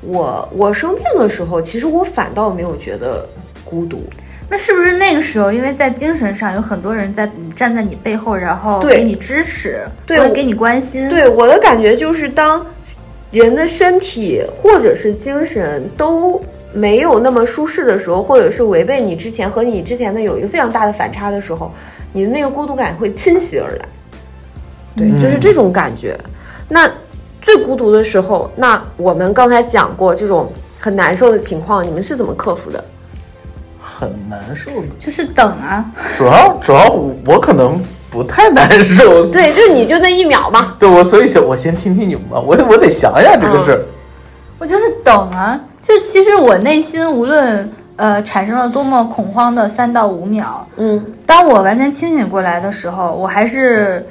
Speaker 2: 我我生病的时候，其实我反倒没有觉得孤独，
Speaker 3: 那是不是那个时候，因为在精神上有很多人在站在你背后，然后
Speaker 2: 对
Speaker 3: 给你支持，
Speaker 2: 对
Speaker 3: 会
Speaker 2: 我
Speaker 3: 给你关心，
Speaker 2: 对我的感觉就是，当人的身体或者是精神都没有那么舒适的时候，或者是违背你之前和你之前的有一个非常大的反差的时候，你的那个孤独感会侵袭而来。对，
Speaker 4: 嗯
Speaker 2: 就是这种感觉。那最孤独的时候，那我们刚才讲过这种很难受的情况，你们是怎么克服的？
Speaker 4: 很难受的。
Speaker 3: 就是等啊，
Speaker 4: 主要主要我我可能不太难受，
Speaker 2: 对，就你就那一秒嘛。
Speaker 4: 对我所以想我先听听你们吧，我我得想想这个事儿。
Speaker 2: 嗯
Speaker 3: 我就是等啊。就其实我内心无论呃产生了多么恐慌的三到五秒，
Speaker 2: 嗯，
Speaker 3: 当我完全清醒过来的时候，我还是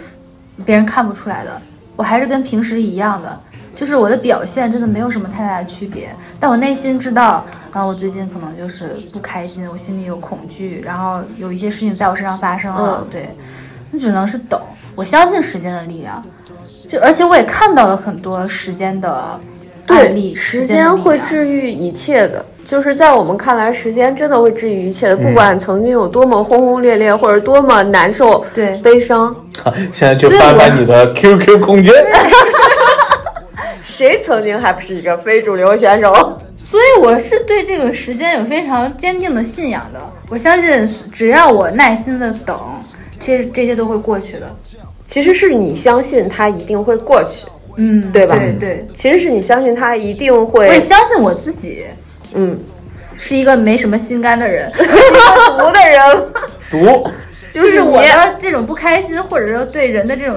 Speaker 3: 别人看不出来的，我还是跟平时一样的，就是我的表现真的没有什么太大的区别。但我内心知道，啊，我最近可能就是不开心，我心里有恐惧，然后有一些事情在我身上发生了，
Speaker 2: 嗯
Speaker 3: 对，那只能是等。我相信时间的力量，就而且我也看到了很多时间的案例，
Speaker 2: 时
Speaker 3: 间的
Speaker 2: 间
Speaker 3: 力
Speaker 2: 会
Speaker 3: 量
Speaker 2: 治愈一切的。就是在我们看来，时间真的会治愈一切的，不管曾经有多么轰轰烈烈，或者多么难受、
Speaker 3: 对
Speaker 2: 悲伤，
Speaker 4: 啊现在去翻翻你的 QQ 空间，
Speaker 2: 谁曾经还不是一个非主流选手？ [LAUGHS]
Speaker 3: 所以我是对这个时间有非常坚定的信仰的。我相信，只要我耐心的等，这这些都会过去的。
Speaker 2: 其实是你相信它一定会过去，
Speaker 3: 嗯，
Speaker 2: 对吧
Speaker 3: 对对，
Speaker 2: 其实是你相信它一定
Speaker 3: 我也
Speaker 2: 会，
Speaker 3: 相信我自己
Speaker 2: 嗯， [LAUGHS]
Speaker 3: 是一个没什么心肝的人，
Speaker 2: 服的人，
Speaker 4: 读
Speaker 3: 就
Speaker 2: 就是是
Speaker 3: 我
Speaker 2: 你。
Speaker 3: 的这种不开心，或者说对人的这种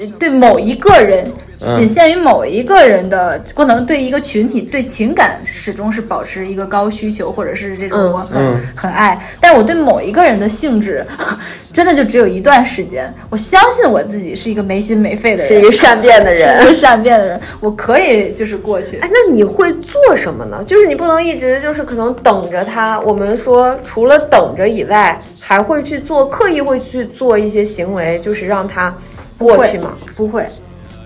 Speaker 3: 呃对某一个人。仅限于某一个人的，可能对一个群体、对情感始终是保持一个高需求，或者是这种
Speaker 2: 嗯
Speaker 3: 我很、很爱。但我对某一个人的性质， [LAUGHS] 真的就只有一段时间。我相信我自己是一个没心没肺的人，
Speaker 2: 是一个善变的
Speaker 3: 是 [LAUGHS] 一
Speaker 2: 人。
Speaker 3: 个善变的人，我可以就是过去。
Speaker 2: 哎，那你会做什么呢？就是你不能一直就是可能等着他。我们说，除了等着以外，还会去做刻意会去做一些行为，就是让他过去嘛。
Speaker 3: 不会，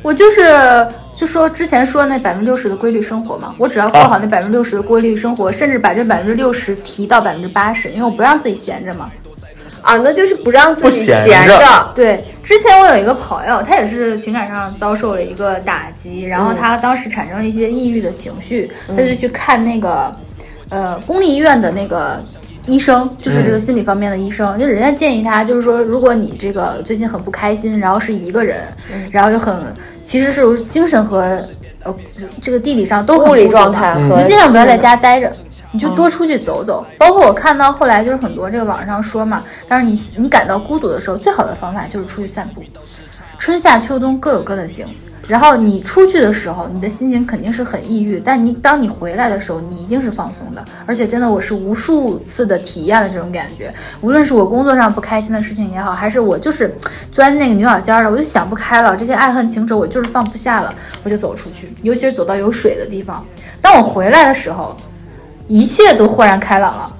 Speaker 3: 我就是就说之前说那百分之六十的规律生活嘛，我只要过
Speaker 2: 啊
Speaker 3: 好那百分之六十的规律生活，甚至把这百分之六十提到百分之八十，因为我不让自己闲着嘛。
Speaker 2: 啊，那就是不让自
Speaker 4: 不
Speaker 2: 己
Speaker 4: 闲
Speaker 2: 闲
Speaker 4: 着
Speaker 2: 着。
Speaker 3: 对，之前我有一个朋友，他也是情感上遭受了一个打击，然
Speaker 2: 嗯
Speaker 3: 后他当时产生了一些抑郁的情绪，他就去看那个，呃，公立医院的那个。医生就是
Speaker 2: 嗯
Speaker 3: 这个心理方面的医生，就人家建议他，就是说，如果你这个最近很不开心，然后是一个人，
Speaker 2: 嗯
Speaker 3: 然后又很，其实是精神和呃这个地理上都很
Speaker 2: 物理
Speaker 3: 孤独的
Speaker 2: 状态和
Speaker 3: 你就尽量不要在
Speaker 2: 精神
Speaker 3: 家待着，你就多出去走走。包括我看到后来就是很多这个网上说嘛，当你你感到孤独的时候，最好的方法就是出去散步，春夏秋冬各有各的景。然后你出去的时候，你的心情肯定是很抑郁，但你当你回来的时候，你一定是放松的。而且真的，我是无数次的体验了这种感觉，无论是我工作上不开心的事情也好，还是我就是钻那个牛角尖儿了，我就想不开了，这些爱恨情仇我就是放不下了，我就走出去，尤其是走到有水的地方。当我回来的时候，一切都豁然开朗了。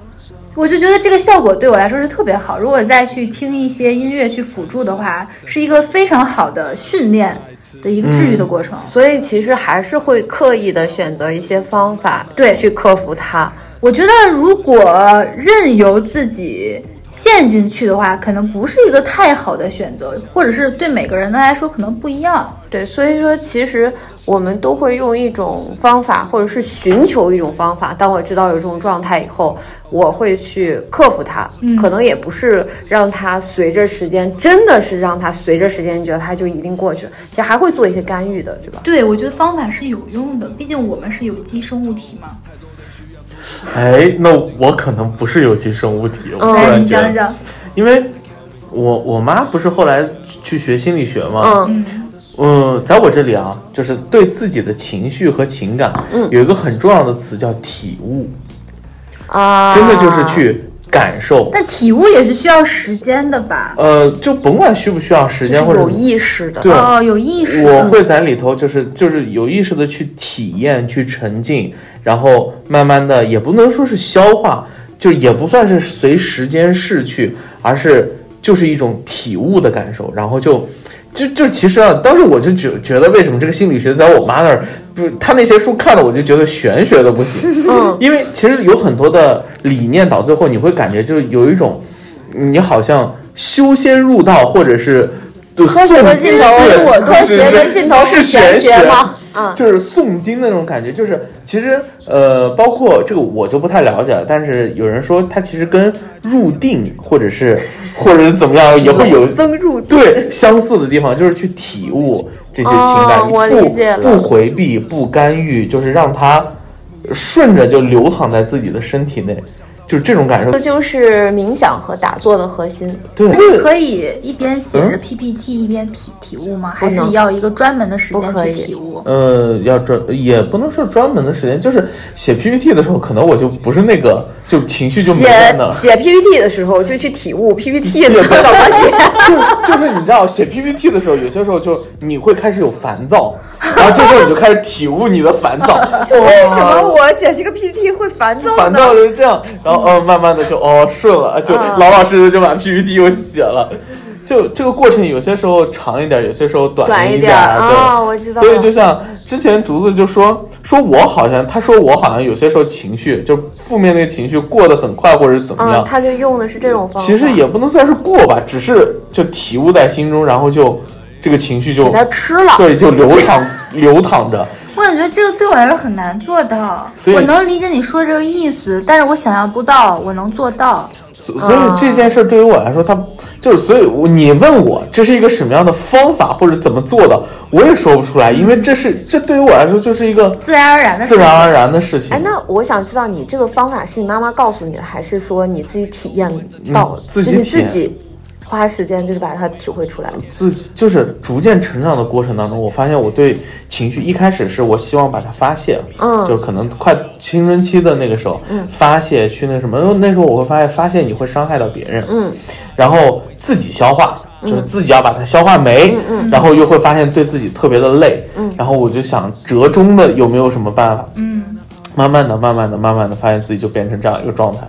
Speaker 3: 我就觉得这个效果对我来说是特别好。如果再去听一些音乐去辅助的话，是一个非常好的训练的一个治愈的过程。
Speaker 4: 嗯
Speaker 2: 所以其实还是会刻意的选择一些方法，
Speaker 3: 对
Speaker 2: 去克服它。
Speaker 3: 我觉得如果任由自己陷进去的话，可能不是一个太好的选择，或者是对每个人的来说可能不一样。
Speaker 2: 对，所以说其实我们都会用一种方法，或者是寻求一种方法。当我知道有这种状态以后，我会去克服它。
Speaker 6: 嗯
Speaker 2: 可能也不是让它随着时间，真的是让它随着时间，你觉得它就一定过去。其实还会做一些干预的，对吧？
Speaker 3: 对，我觉得方法是有用的，毕竟我们是有机生物体嘛。
Speaker 4: 哎，那我可能不是有机生物体，我突
Speaker 2: 嗯
Speaker 3: 来，
Speaker 4: 然
Speaker 3: 你
Speaker 4: 觉
Speaker 3: 讲
Speaker 4: 得，
Speaker 3: 讲，
Speaker 4: 因为我我妈不是后来去学心理学吗？
Speaker 2: 嗯
Speaker 4: 嗯，在我这里啊，就是对自己的情绪和情感，
Speaker 2: 嗯
Speaker 4: 有一个很重要的词叫体悟，
Speaker 2: 啊，
Speaker 4: 真的就是。去感受。
Speaker 6: 但体悟也是需要时间的吧？
Speaker 4: 呃，就甭管需不需要时
Speaker 2: 就是
Speaker 4: 间或者
Speaker 2: 有意识的，
Speaker 4: 对，啊
Speaker 6: 哦，有意识。
Speaker 4: 我会在里头就是就是有意识的去体验、去沉浸，然后慢慢的也不能说是消化，就也不算是随时间逝去，而是就是一种体悟的感受，然后就。就就其实啊，当时我就觉觉得，为什么这个心理学在我妈那儿，不，她那些书看的我就觉得玄学的不行，
Speaker 6: 嗯
Speaker 4: 因为其实有很多的理念到最后，你会感觉就是有一种，嗯你好像修仙入道，或者是就
Speaker 2: 科学的
Speaker 4: 诵
Speaker 2: 尽
Speaker 4: 经
Speaker 2: 头
Speaker 4: 对，
Speaker 2: 科学的尽头
Speaker 4: 是
Speaker 2: 玄
Speaker 4: 学
Speaker 2: 学吗？？嗯，
Speaker 4: 就是诵经那种感觉，就是其实呃，包括这个我就不太了解了，但是有人说它其实跟入定或者是或者是怎么样也会有
Speaker 2: 增入
Speaker 4: 对相似的地方，就是去体悟这些情感，
Speaker 2: 哦我
Speaker 4: 你
Speaker 2: 理解
Speaker 4: 不
Speaker 2: 了
Speaker 4: 不回避、不干预，就是让它顺着就流淌在自己的身体内，就是这种感受
Speaker 2: 这。就是冥想和打坐的核心。
Speaker 4: 对，
Speaker 6: 你可以一边写着
Speaker 4: 嗯
Speaker 6: PPT 一边体体悟吗？
Speaker 2: 不
Speaker 6: 还
Speaker 2: 能
Speaker 6: 是要一个专门的时
Speaker 2: 不
Speaker 6: 间
Speaker 2: 可以
Speaker 6: 去体悟？
Speaker 4: 呃，要专也不能说专门的时间，就是写 PPT 的时候，可能我就不是那个，就情绪就没
Speaker 2: 写
Speaker 4: 在那儿。
Speaker 2: 写 PPT 的时候就去体悟 PPT 怎么 [LAUGHS] 怎么写，
Speaker 4: [LAUGHS] 就就是你知道，写 PPT 的时候，有些时候就你会开始有烦躁，然后这时候你就开始体悟你的烦躁。
Speaker 2: [LAUGHS] 就为什么我写这个 PPT 会烦躁
Speaker 4: 烦
Speaker 2: 呢？
Speaker 4: 躁就是这样，然后呃，慢慢的就哦顺了，就
Speaker 2: 嗯
Speaker 4: 老老实实就把 PPT 又写了。就这个过程，有些时候长一点，有些时候短
Speaker 2: 短一
Speaker 4: 一
Speaker 2: 点
Speaker 4: 儿对，
Speaker 2: 啊我知道
Speaker 4: 所以
Speaker 2: 了
Speaker 4: 就像之前竹子就说说我好像，他说我好像有些时候情绪就负面那个情绪过得很快，或者是怎么
Speaker 2: 嗯，
Speaker 4: 样。
Speaker 2: 他就用的是这种方法，
Speaker 4: 其实也不能算是过吧，只是就体悟在心中，然后就这个情绪就
Speaker 2: 给他吃了。
Speaker 4: 对，就流淌流淌着。
Speaker 6: 我感觉这个对我来说很难做到。
Speaker 4: 所以
Speaker 6: 我能理解你说的这个意思，但是我想象不到我能做到。
Speaker 4: 所所以这件事儿对于我来说，它就是，所以我你问我这是一个什么样的方法或者怎么做的，我也说不出来，因为这是这对于我来说就是一个
Speaker 6: 自然而然的
Speaker 4: 自
Speaker 6: 事情
Speaker 4: 然而然的事情
Speaker 2: 哎，。那我想知道你这个方法是你妈妈告诉你的，还是说你自己体验到的，
Speaker 4: 嗯自
Speaker 2: 就是
Speaker 4: 己
Speaker 2: 你
Speaker 4: 体
Speaker 2: 自
Speaker 4: 验
Speaker 2: 己花时间就是把它体会出来的？
Speaker 4: 自就是逐渐成长的过程当中，我发现我对情绪一开始是我希望把它发泄，
Speaker 2: 嗯
Speaker 4: 就是可能快青春期的那个时候，发泄去那什么，因为那时候我会发现发泄你会伤害到别人，嗯，然后自己消化，就是自己要把它消化没，嗯然后又会发现对自己特别的累，嗯，然后我就想折中的有没有什么办法，嗯，慢慢的、慢慢的、慢慢的，发现自己就变成这样一个状态。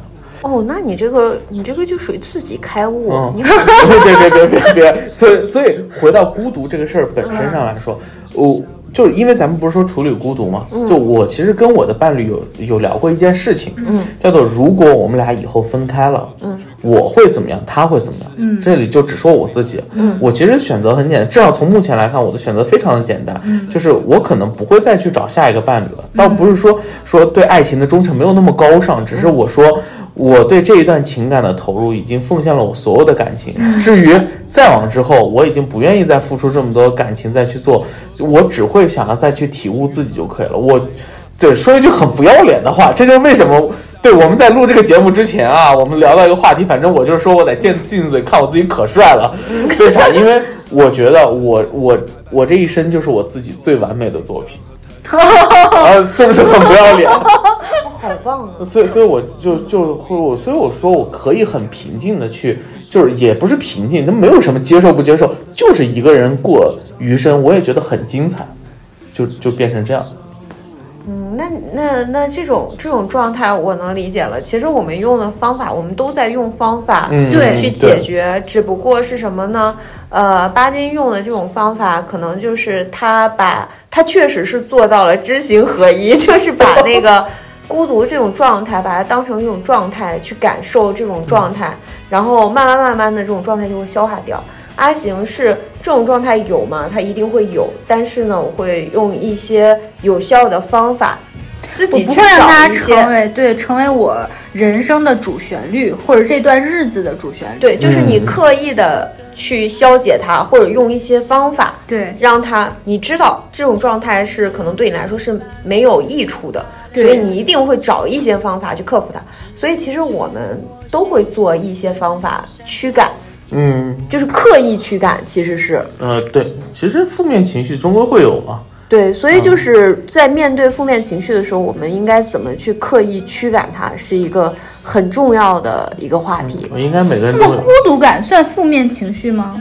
Speaker 2: 哦，那你这个你这个就属于自己开悟，
Speaker 4: 嗯
Speaker 2: 你很
Speaker 4: [LAUGHS] 别别别别别！所以所以回到孤独这个事儿本身上来说，我、就是因为咱们不是说处理孤独吗？就我其实跟我的伴侣有有聊过一件事情，嗯，叫做如果我们俩以后分开了，嗯，我会怎么样，他会怎么样？嗯，这里就只说我自己，嗯，我其实选择很简单，至少从目前来看，我的选择非常的简单，就是我可能不会再去找下一个伴侣了。倒不是说说对爱情的忠诚没有那么高尚，只是我说。我对这一段情感的投入已经奉献了我所有的感情。至于再往之后，我已经不愿意再付出这么多感情再去做，我只会想要再去体悟自己就可以了。我，对，说一句很不要脸的话，这就是为什么。对，我们在录这个节目之前啊，我们聊到一个话题，反正我就是说我在镜镜子里看我自己可帅了，为啥？因为我觉得我我我这一生就是我自己最完美的作品，啊，是不是很不要脸？
Speaker 2: 好棒啊！
Speaker 4: 所以，所以我就就会我，所以我说我可以很平静的去，就是也不是平静，它没有什么接受不接受，就是一个人过余生，我也觉得很精彩，就就变成这样。
Speaker 2: 那那那这种这种状态我能理解了。其实我们用的方法，我们都在用方法，
Speaker 4: 嗯对
Speaker 2: 去解决，只不过是什么呢？呃，巴金用的这种方法，可能就是他把他确实是做到了知行合一，就是把那个孤独这种状态，把它当成一种状态去感受这种状态，然后慢慢慢慢的这种状态就会消化掉。阿行是这种状态有吗？他一定会有，但是呢，我会用一些有效的方法，自
Speaker 6: 我
Speaker 2: 己
Speaker 6: 不
Speaker 2: 去
Speaker 6: 会让
Speaker 2: 找
Speaker 6: 它
Speaker 2: 一
Speaker 6: 成
Speaker 2: 些。
Speaker 6: 为对成为我人生的主旋律，或者这段日子的主旋律。
Speaker 2: 对，就是你
Speaker 4: 嗯
Speaker 2: 刻意的去消解它，或者用一些方法，
Speaker 6: 对
Speaker 2: 让它你知道这种状态是可能对你来说是没有益处的，所以你一定会找一些方法去克服它。所以其实我们都会做一些方法驱赶。
Speaker 4: 嗯
Speaker 2: 就是刻意驱赶，其实是
Speaker 4: 呃，对，其实负面情绪终归会有嘛。
Speaker 2: 对，所以就是在面对负面情绪的时候，我们应该怎么去刻意驱赶它，是一个很重要的一个话题。
Speaker 4: 应该每个人
Speaker 3: 那
Speaker 4: 都
Speaker 3: 么孤
Speaker 4: 会，
Speaker 3: 独感算负面情绪吗？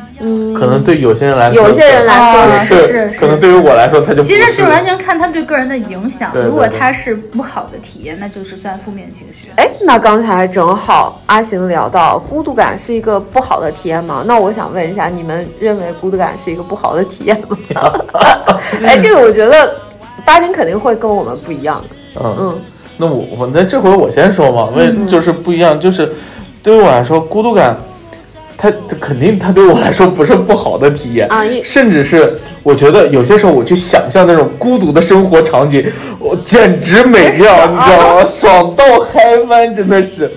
Speaker 4: 可能对有些人来说，
Speaker 2: 有些人来说
Speaker 3: 啊
Speaker 2: 是，
Speaker 3: 是
Speaker 4: 可能
Speaker 3: 是。
Speaker 4: 对于我来说，他就
Speaker 3: 其
Speaker 4: 不
Speaker 3: 实
Speaker 4: 是
Speaker 3: 就完全看他对个人的影响。
Speaker 4: 对对
Speaker 3: 如果
Speaker 4: 对
Speaker 3: 他是不好的体验，那就是算负面情绪。
Speaker 2: 哎，那刚才正好阿行聊到孤独感是一个不好的体验吗？那我想问一下，你们认为孤独感是一个不好的体验
Speaker 6: [LAUGHS]
Speaker 2: 吗？
Speaker 6: 嗯
Speaker 2: 哎，这个我觉得巴金肯定会跟我们不一样的。
Speaker 4: 嗯。
Speaker 2: 嗯，
Speaker 4: 那我我那这回我先说嘛，为就是不一样，就是对于我来说，孤独感，它它肯定它对我来说不是不好的体验
Speaker 2: 啊也
Speaker 4: 甚至是我觉得有些时候我去想象那种孤独的生活场景，我简直美妙，你知 [LAUGHS] 道吗？嗯爽到嗨翻，真的是。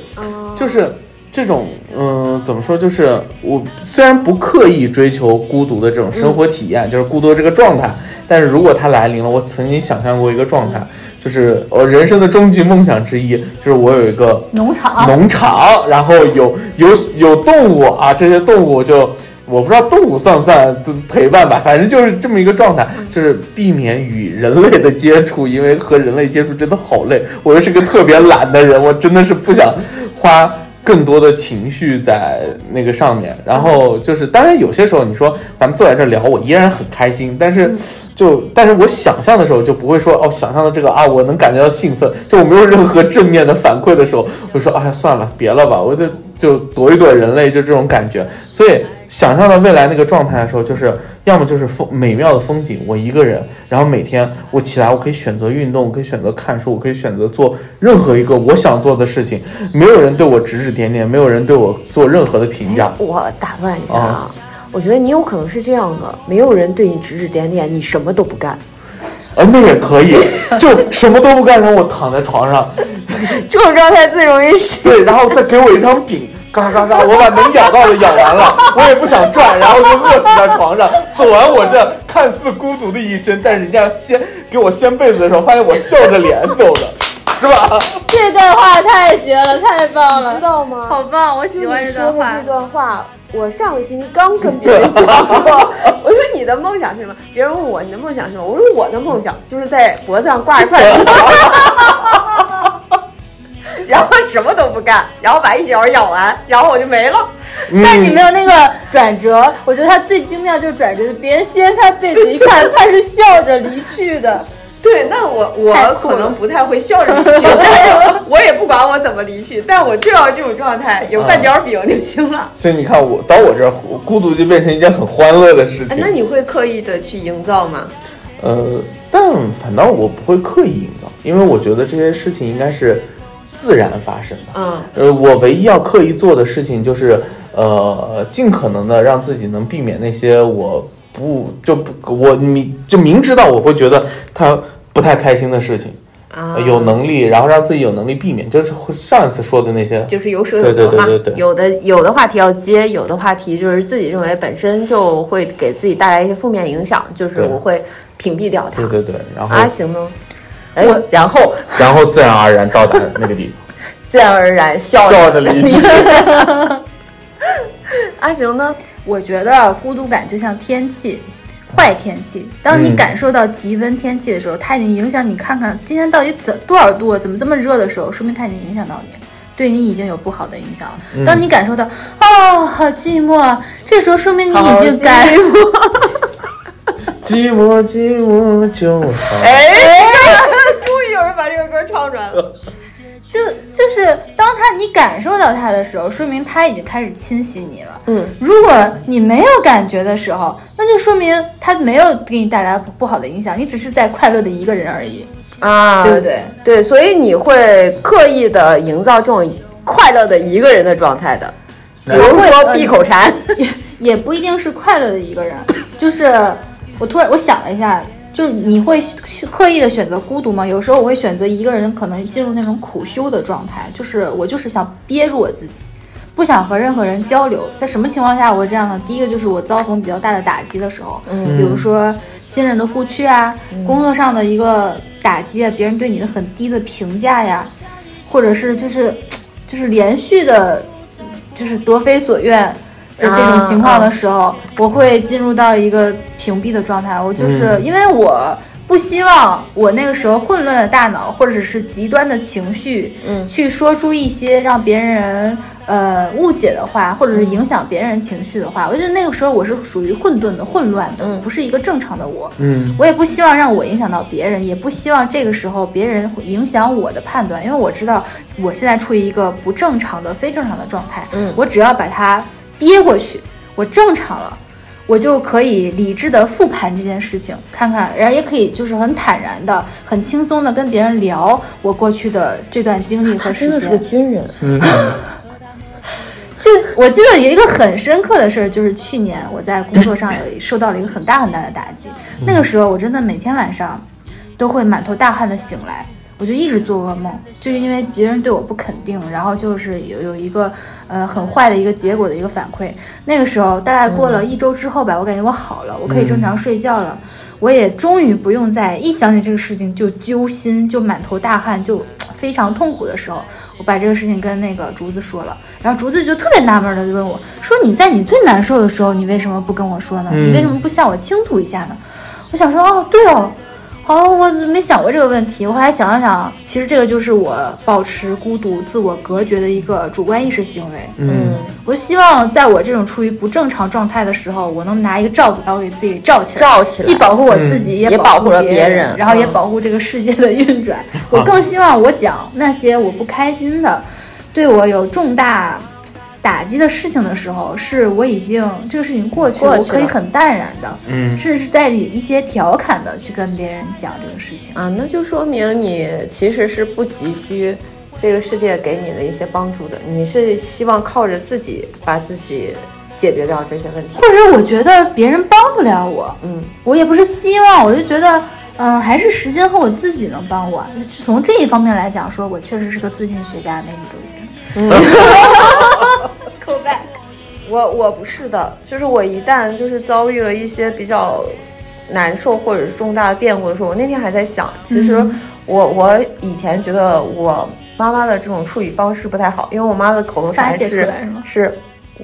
Speaker 4: 就是这种，嗯、怎么说？就是我虽然不刻意追求孤独的这种生活体验，就是孤独的这个状态，但是如果它来临了，我曾经想象过一个状态，就是我人生的终极梦想之一，就是我有一个
Speaker 3: 农场啊
Speaker 4: 农场，然后有有有动物啊，这些动物就我不知道动物算不算陪伴吧，反正就是这么一个状态，就是避免与人类的接触，因为和人类接触真的好累。我又是个特别懒的人，我真的是不想花。更多的情绪在那个上面，然后就是，当然有些时候你说咱们坐在这聊，我依然很开心，但是就但是我想象的时候就不会说哦，想象的这个啊，我能感觉到兴奋，就我没有任何正面的反馈的时候，我就说哎呀算了，别了吧，我就就躲一躲人类，就这种感觉。所以想象到未来那个状态的时候，就是要么就是风美妙的风景，我一个人，然后每天我起来，我可以选择运动，我可以选择看书，我可以选择做任何一个我想做的事情，没有人对我指指点点，没有人对我做任何的评价。
Speaker 2: 我打断一下
Speaker 6: 哦
Speaker 2: 啊，我觉得你有可能是这样的，没有人对你指指点点，你什么都不干，
Speaker 4: 啊，那也可以，就什么都不干，然后我躺在床上，
Speaker 2: 这种状态最容易是
Speaker 4: 对，然后再给我一张饼，嘎嘎嘎，我把能咬到的咬完了，我也不想转，然后就饿死在床上。走完我这看似孤独的一生，但是人家掀给我掀被子的时候，发现我笑着脸走的，是吧？
Speaker 6: 这段话太绝了，太棒了，
Speaker 2: 道吗
Speaker 6: 好棒，我喜
Speaker 2: 就
Speaker 6: 欢
Speaker 2: 你
Speaker 6: 这
Speaker 2: 说
Speaker 6: 段
Speaker 2: 的
Speaker 6: 话
Speaker 2: 这。段话，我上个星期刚跟别人讲过。我说你的梦想是什么？别人问我你的梦想是什么？我说我的梦想就是在脖子上挂一块羽毛， [LAUGHS] 然后什么都不干，然后把一角咬完，然后我就没了。
Speaker 6: 但你没有那个转折，我觉得他最精妙就是转折，别人掀开被子一看，他是笑着离去的。
Speaker 2: 对，那我
Speaker 6: 太
Speaker 2: 我
Speaker 6: 酷
Speaker 2: 可
Speaker 6: 了
Speaker 2: 能不太会笑着离
Speaker 6: [LAUGHS]
Speaker 2: 去，但是我也不管我怎么离去，但我就要这种状态，有半角饼就行了。 [LAUGHS]
Speaker 4: 所以你看我到我这儿，孤独就变成一件很欢乐的事
Speaker 2: 哎，
Speaker 4: 情
Speaker 2: 那。你会刻意的去营造吗？
Speaker 4: 呃，但反倒我不会刻意营造，因为我觉得这些事情应该是自然发生的。
Speaker 2: 嗯。
Speaker 4: 呃，我唯一要刻意做的事情就是，呃，尽可能的让自己能避免那些我不就不我明就明知道我会觉得他不太开心的事情，
Speaker 2: 啊
Speaker 4: 呃有能力，然后让自己有能力避免，就是会上一次说的那些。
Speaker 2: 就是有舍有得嘛。
Speaker 4: 对对对对对
Speaker 2: 有的有的话题要接，有的话题就是自己认为本身就会给自己带来一些负面影响，就是
Speaker 4: 对嗯
Speaker 2: 我会屏蔽掉它
Speaker 4: 对。对对，然后
Speaker 2: 阿行呢？哎，然后 [LAUGHS]
Speaker 4: 然后自然而然到达那个地方，
Speaker 2: 自然而然 [LAUGHS] 笑
Speaker 4: 笑着离去。
Speaker 2: 阿啊行呢？
Speaker 3: 我觉得孤独感就像天气，坏天气。当你感受到极温天气的时候，它已经影响你看看今天到底怎多少度，怎么这么热的时候，说明它已经影响到你了。对你已经有不好的影响了。当你感受到、哦，好寂寞，这时候说明你已经 [LAUGHS] 感
Speaker 4: 寂寞寂寞就好。
Speaker 2: 终于有人把这个歌唱出来了。
Speaker 3: 就就是当他你感受到他的时候，说明他已经开始侵袭你了。
Speaker 2: 嗯，
Speaker 3: 如果你没有感觉的时候，那就说明他没有给你带来不不好的影响，你只是在快乐的一个人而已。
Speaker 2: 啊，
Speaker 3: 对不对？
Speaker 2: 对，所以你会刻意的营造这种快乐的一个人的状态的，比如说闭口禅。
Speaker 3: 也不一定是快乐的一个人。就是我突然我想了一下，就是你会去刻意的选择孤独吗？有时候我会选择一个人，可能进入那种苦修的状态，就是我就是想憋住我自己。不想和任何人交流，在什么情况下我会这样呢？第一个就是我遭逢比较大的打击的时候，比如说亲人的故去啊，工作上的一个打击啊，别人对你的很低的评价呀，或者是就是就是连续的，就是夺非所愿，的这种情况的时候，我会进入到一个屏蔽的状态。我就是、因为我不希望我那个时候混乱的大脑或者是极端的情绪，嗯，去说出一些让别人呃误解的话，或者是影响别人情绪的话。我觉得那个时候我是属于混沌的、混乱的，不是一个正常的我。
Speaker 5: 嗯，
Speaker 3: 我也不希望让我影响到别人，也不希望这个时候别人会影响我的判断，因为我知道我现在处于一个不正常的、非正常的状态。
Speaker 2: 嗯
Speaker 3: 我只要把它憋过去，我正常了，我就可以理智的复盘这件事情，看看，然后也可以就是很坦然的、很轻松的跟别人聊我过去的这段经历和
Speaker 2: 他
Speaker 3: 时
Speaker 2: 真的是
Speaker 3: 间
Speaker 2: 个。军人，
Speaker 4: 嗯
Speaker 3: 就我记得有一个很深刻的事儿，就是去年我在工作上
Speaker 2: [LAUGHS]
Speaker 3: 有受到了一个很大很大的打击。
Speaker 2: 嗯
Speaker 3: 那个时候我真的每天晚上都会满头大汗的醒来，我就一直做噩梦，就是因为别人对我不肯定，然后就是有有一个呃很坏的一个结果的一个反馈。那个时候大概过了一周之后吧，我感觉我好了，我可以正常睡觉了，我也终于不用再一想起这个事情就揪心，就满头大汗，就非常痛苦的时候，我把这个事情跟那个竹子说了，然后竹子就特别纳闷的就问我说：“你在你最难受的时候，你为什么不跟我说呢？
Speaker 5: 嗯
Speaker 3: 你为什么不向我倾吐一下呢？”我想说：“哦，对哦。”好，我没想过这个问题。我后来想了想，其实这个就是我保持孤独、自我隔绝的一个主观意识行为。
Speaker 5: 嗯，
Speaker 3: 我希望在我这种处于不正常状态的时候，我能拿一个罩子把我给自己罩起来，
Speaker 2: 罩起来嗯
Speaker 3: 既保护我自己，
Speaker 2: 也保
Speaker 3: 保
Speaker 2: 护了别
Speaker 3: 别
Speaker 2: 人啊
Speaker 3: 然后也
Speaker 2: 嗯
Speaker 3: 保护这个世界的运转。我更希望我讲那些我不开心的，对我有重大打击的事情的时候，是我已经这个事情过去了，
Speaker 2: 过去
Speaker 3: 我可以
Speaker 2: 了
Speaker 3: 很淡然的，
Speaker 5: 嗯
Speaker 3: 甚至是带着一些调侃的去跟别人讲这个事情。
Speaker 2: 啊，那就说明你其实是不急需这个世界给你的一些帮助的，你是希望靠着自己把自己解决掉这些问题。
Speaker 3: 或者我觉得别人帮不了我，
Speaker 2: 嗯，
Speaker 3: 我也不是希望，我就觉得，嗯、还是时间和我自己能帮我。从这一方面来讲说，我确实是个自信学家，没你周星。
Speaker 2: 我我不是的，就是我一旦就是遭遇了一些比较难受或者是重大的变故的时候，我那天还在想，其实我、我以前觉得我妈妈的这种处理方式不太好，因为我妈的口头
Speaker 3: 发
Speaker 2: 禅
Speaker 3: 泄出
Speaker 2: 是
Speaker 3: 来是吗
Speaker 2: 是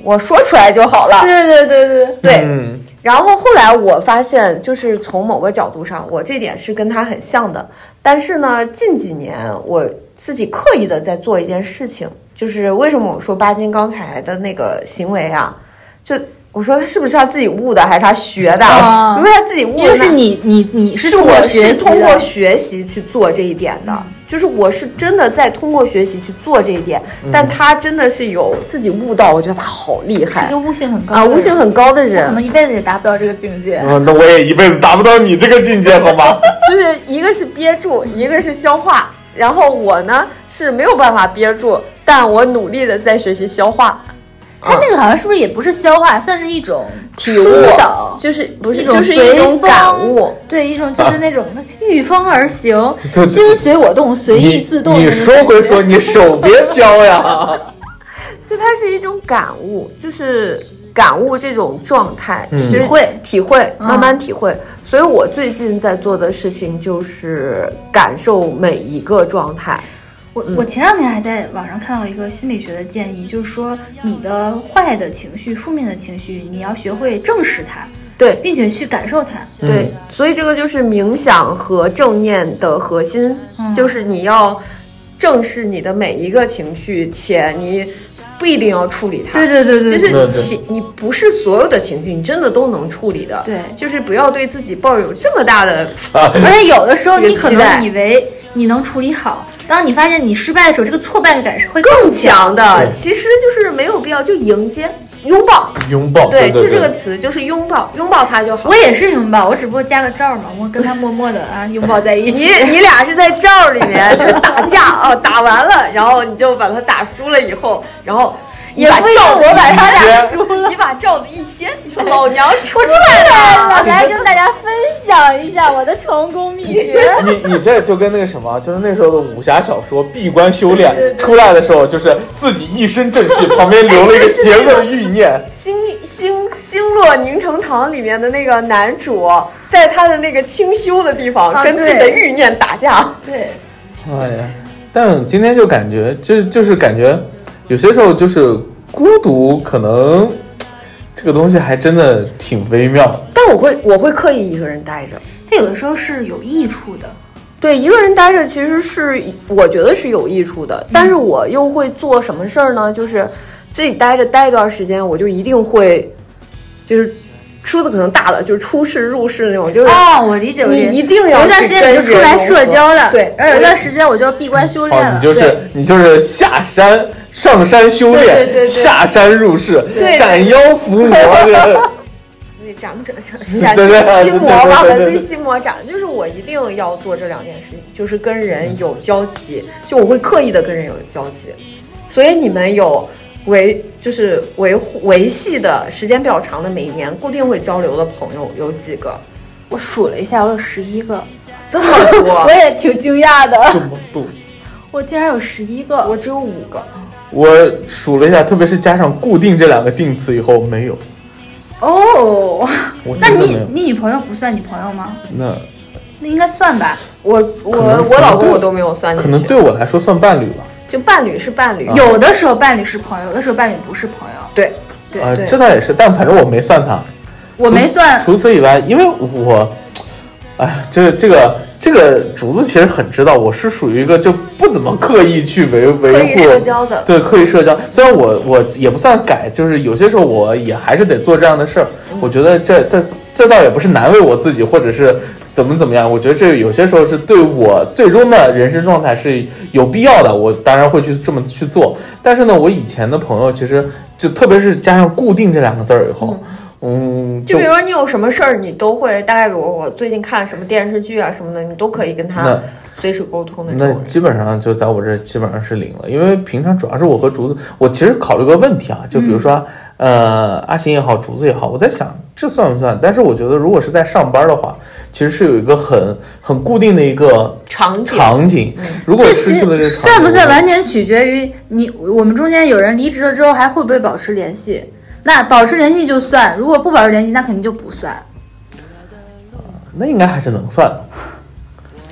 Speaker 2: 我说出来就好了，
Speaker 3: 对对对对，
Speaker 2: 对，
Speaker 5: 嗯
Speaker 2: 然后后来我发现，就是从某个角度上，我这点是跟他很像的。但是呢，近几年我自己刻意的在做一件事情，就是为什么我说巴金刚才的那个行为啊，就我说他是不是他自己悟的，还是他学的？
Speaker 3: 啊
Speaker 2: 如果他自己悟的，
Speaker 3: 因为是你你你
Speaker 2: 是
Speaker 3: 是通
Speaker 2: 我
Speaker 3: 过
Speaker 2: 是
Speaker 3: 学习
Speaker 2: 通过
Speaker 3: 的，
Speaker 2: 学习去做这一点的，就是我是真的在通过学习去做这一点，但他真的是有自己悟到，我觉得他好厉
Speaker 3: 是一
Speaker 2: 害
Speaker 3: 个悟性很高
Speaker 2: 啊，悟性很高的人，
Speaker 3: 可能一辈子也达不到这个境界。
Speaker 4: 啊，那我也一辈子达不到你这个境界，好吗？，
Speaker 2: 就是一个是憋住，一个是消化。然后我呢是没有办法憋住，但我努力的在学习消化，
Speaker 3: 他那个好像是不是也不是消化，算是一种
Speaker 2: 体悟
Speaker 3: 疏导，
Speaker 2: 就是不是
Speaker 3: 一种
Speaker 2: 哦就是一种
Speaker 3: 随风
Speaker 2: 感悟。
Speaker 3: 对，一种就是那种御风而行心随我动，随意
Speaker 4: 你
Speaker 3: 自动的那
Speaker 4: 你
Speaker 3: 种
Speaker 4: 说
Speaker 3: 感
Speaker 4: 归
Speaker 3: 觉
Speaker 4: 说，你手别飘
Speaker 5: [LAUGHS]
Speaker 4: 呀。
Speaker 2: 就它是一种感悟，就是感悟这种状态，体
Speaker 3: 会
Speaker 2: 体会，嗯慢慢体会。所以我最近在做的事情就是感受每一个状态。
Speaker 3: 我我前两天还在网上看到一个心理学的建议，就是说你的坏的情绪、负面的情绪，你要学会正视它，
Speaker 2: 对，嗯
Speaker 3: 并且去感受它。
Speaker 2: 对，所以这个就是冥想和正念的核心，就是你要正视你的每一个情绪，且你不一定要处理它。
Speaker 3: 对对
Speaker 2: 就
Speaker 5: 对
Speaker 2: 是
Speaker 5: 对
Speaker 2: 情，你不是所有的情绪，你真的都能处理的。
Speaker 3: 对
Speaker 2: 就是不要对自己抱有这么大的
Speaker 3: 而且有的时候
Speaker 2: 这个
Speaker 3: 你可
Speaker 2: 期待
Speaker 3: 能以为你能处理好，当你发现你失败的时候，这个挫败感是会
Speaker 2: 更
Speaker 3: 强。
Speaker 2: 强的，
Speaker 5: 对
Speaker 2: 其实就是没有必要，就迎接、拥抱。
Speaker 5: 拥抱，对
Speaker 2: 就这个词，就是拥抱，拥抱它就好
Speaker 3: 我。也是拥抱，我只不过加个罩嘛，我跟他默默的啊拥抱在一
Speaker 2: 你
Speaker 3: 起。
Speaker 2: 你俩是在罩儿里面就是打架啊，打完了，然后你就把他打输了以后，然后也
Speaker 3: 不一定我把
Speaker 2: 他 [LAUGHS]
Speaker 4: 俩
Speaker 2: 输了，你把罩子一掀，你说老娘出来
Speaker 6: [LAUGHS]
Speaker 2: 了，
Speaker 6: 我来跟大家分享一下我的成功秘 [LAUGHS] 诀。
Speaker 4: 你你这就跟那个什么，就是那时候的武侠小说《闭关修炼》出来的时候，就是自己一身正气，旁边留了一个邪恶的欲念。
Speaker 2: [LAUGHS] 星星星落凝成堂里面的那个男主，在他的那个清修的地方、
Speaker 3: 啊
Speaker 2: 跟自己的
Speaker 3: 对
Speaker 2: 欲念打架，
Speaker 3: 对，
Speaker 5: [LAUGHS] 哎呀，但今天就感觉，就就是感觉，有些时候就是孤独，可能
Speaker 4: 这个东西还真的挺微妙。
Speaker 5: [LAUGHS] 但我会我会刻意一个人待着。
Speaker 3: 它有的时候是有益处的，
Speaker 5: 对，一个人待着其实是我觉得是有益处的，但是我又会做什么事儿呢？就是自己待着待一段时间，我就一定会，就是说的可能大了，就是出世入世那种，就是
Speaker 3: 哦，我理解，我理解
Speaker 5: 你一定要
Speaker 3: 有一段时间你就
Speaker 5: 去跟
Speaker 3: 出来
Speaker 5: 人
Speaker 3: 社交了，
Speaker 5: 对
Speaker 3: 然后有一段时间我就要闭关修炼
Speaker 4: 哦，
Speaker 3: 了
Speaker 4: 你。就是你就是下山上山修炼，
Speaker 5: 对对对对
Speaker 4: 下山入世，
Speaker 5: 对
Speaker 4: 斩妖伏魔，
Speaker 5: 那长不长想
Speaker 4: [LAUGHS]
Speaker 5: 想
Speaker 4: 对对对
Speaker 5: 心魔
Speaker 4: 对对
Speaker 5: 吧，
Speaker 4: 对对
Speaker 5: 文归心魔长，就是我一定要做这两件事情，就是跟人有交集，就我会刻意的跟人有交集，所以你们有维就是维护维系的时间比较长的，每年固定会交流的朋友有几个？
Speaker 3: 我数了一下，我有十一个，
Speaker 5: 这么 [LAUGHS] 多，
Speaker 3: 也挺惊讶的，
Speaker 4: 这么多。
Speaker 3: 我竟然有十一个。
Speaker 5: 我只有五个，
Speaker 4: 我数了一下，特别是加上“固定”这两个定词以后，没有，
Speaker 3: 哦，
Speaker 4: 我
Speaker 3: 那
Speaker 4: 真的没
Speaker 3: 你
Speaker 4: 有。
Speaker 3: 你女朋友不算你朋友吗？
Speaker 4: 那
Speaker 3: 那应该算吧。
Speaker 5: 我
Speaker 4: 可能
Speaker 5: 我我老
Speaker 4: 可能
Speaker 5: 公
Speaker 4: 对
Speaker 5: 我都没有算进
Speaker 4: 可
Speaker 5: 去，
Speaker 4: 能对我来说算伴侣吧。
Speaker 5: 就伴侣是伴侣，
Speaker 4: 啊
Speaker 3: 有的时候伴侣是朋友，有的时候伴侣不是朋友。
Speaker 5: 对
Speaker 3: 对
Speaker 4: 啊、
Speaker 5: 对
Speaker 4: 这倒也是，但反正我没算他。
Speaker 3: 我没算，
Speaker 4: 除此以外，因为我，哎，这这个这个竹子其实很知道，我是属于一个就不怎么刻意去维
Speaker 5: 可
Speaker 4: 维
Speaker 5: 以
Speaker 4: 护
Speaker 5: 社交的，
Speaker 4: 对，刻意社交。虽然我我也不算改，就是有些时候我也还是得做这样的事儿。
Speaker 5: 嗯
Speaker 4: 我觉得这这这倒也不是难为我自己，或者是怎么怎么样。我觉得这有些时候是对我最终的人生状态是有必要的。我当然会去这么去做。但是呢，我以前的朋友其实就特别是加上“固定”这两个字儿以后，嗯，
Speaker 5: 就比如说你有什么事儿，你都会大概我我最近看什么电视剧啊什么的，你都可以跟他
Speaker 4: 那
Speaker 5: 随时沟通的
Speaker 4: 那
Speaker 5: 那种。
Speaker 4: 基本上就在我这基本上是零了，因为平常主要是我和竹子，我其实考虑个问题啊，就比如说、
Speaker 3: 嗯
Speaker 4: 呃阿行也好，竹子也好，我在想这算不算？但是我觉得如果是在上班的话，其实是有一个很很固定的一个
Speaker 5: 场景
Speaker 4: 场景，如果
Speaker 3: 嗯这
Speaker 4: 失
Speaker 3: 其
Speaker 4: 去了这
Speaker 3: 实
Speaker 4: 个场景
Speaker 3: 算不算
Speaker 4: 我
Speaker 3: 完全取决于你我们中间有人离职了之后还会不会保持联系。那保持联系就算，如果不保持联系，那肯定就不算。
Speaker 4: 那应该还是能算的，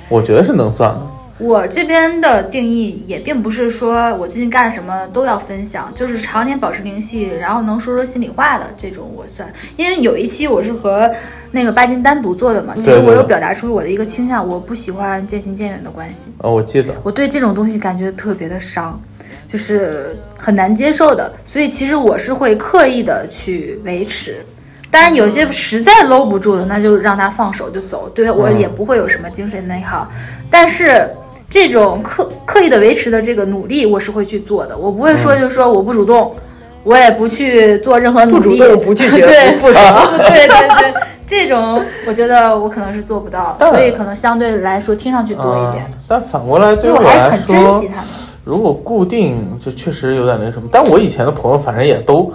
Speaker 4: 我觉得是能算的。
Speaker 3: 我这边的定义也并不是说我最近干什么都要分享，就是常年保持联系，然后能说说心里话的这种我算。因为有一期我是和那个巴金单独做的嘛，其实
Speaker 4: 对对
Speaker 3: 我有
Speaker 4: 对
Speaker 3: 表达出我的一个倾向，我不喜欢渐行渐远的关系，
Speaker 4: 呃、我记得
Speaker 3: 我对这种东西感觉特别的伤，就是很难接受的。所以其实我是会刻意的去维持。当然，有些实在搂不住的，那就让他放手就走，对我
Speaker 5: 嗯
Speaker 3: 也不会有什么精神内耗。但是这种刻刻意的维持的这个努力，我是会去做的。我不会
Speaker 5: 嗯
Speaker 3: 说，就是说我不主动，我也不去做任何努力，
Speaker 5: 不主动不拒绝
Speaker 3: [LAUGHS] 对
Speaker 5: 不负责
Speaker 3: 对对对，
Speaker 5: [LAUGHS]
Speaker 3: 这种我觉得我可能是做不到，
Speaker 4: 当然
Speaker 3: 所以可能相对来说听上去多一点
Speaker 4: 嗯。但反过来
Speaker 3: 所
Speaker 4: 对
Speaker 3: 以
Speaker 4: 于
Speaker 3: 我还是
Speaker 4: 来
Speaker 3: 很
Speaker 4: 说，
Speaker 3: 珍惜他们。
Speaker 4: 如果固定，就确实有点那什么。但我以前的朋友，反正也都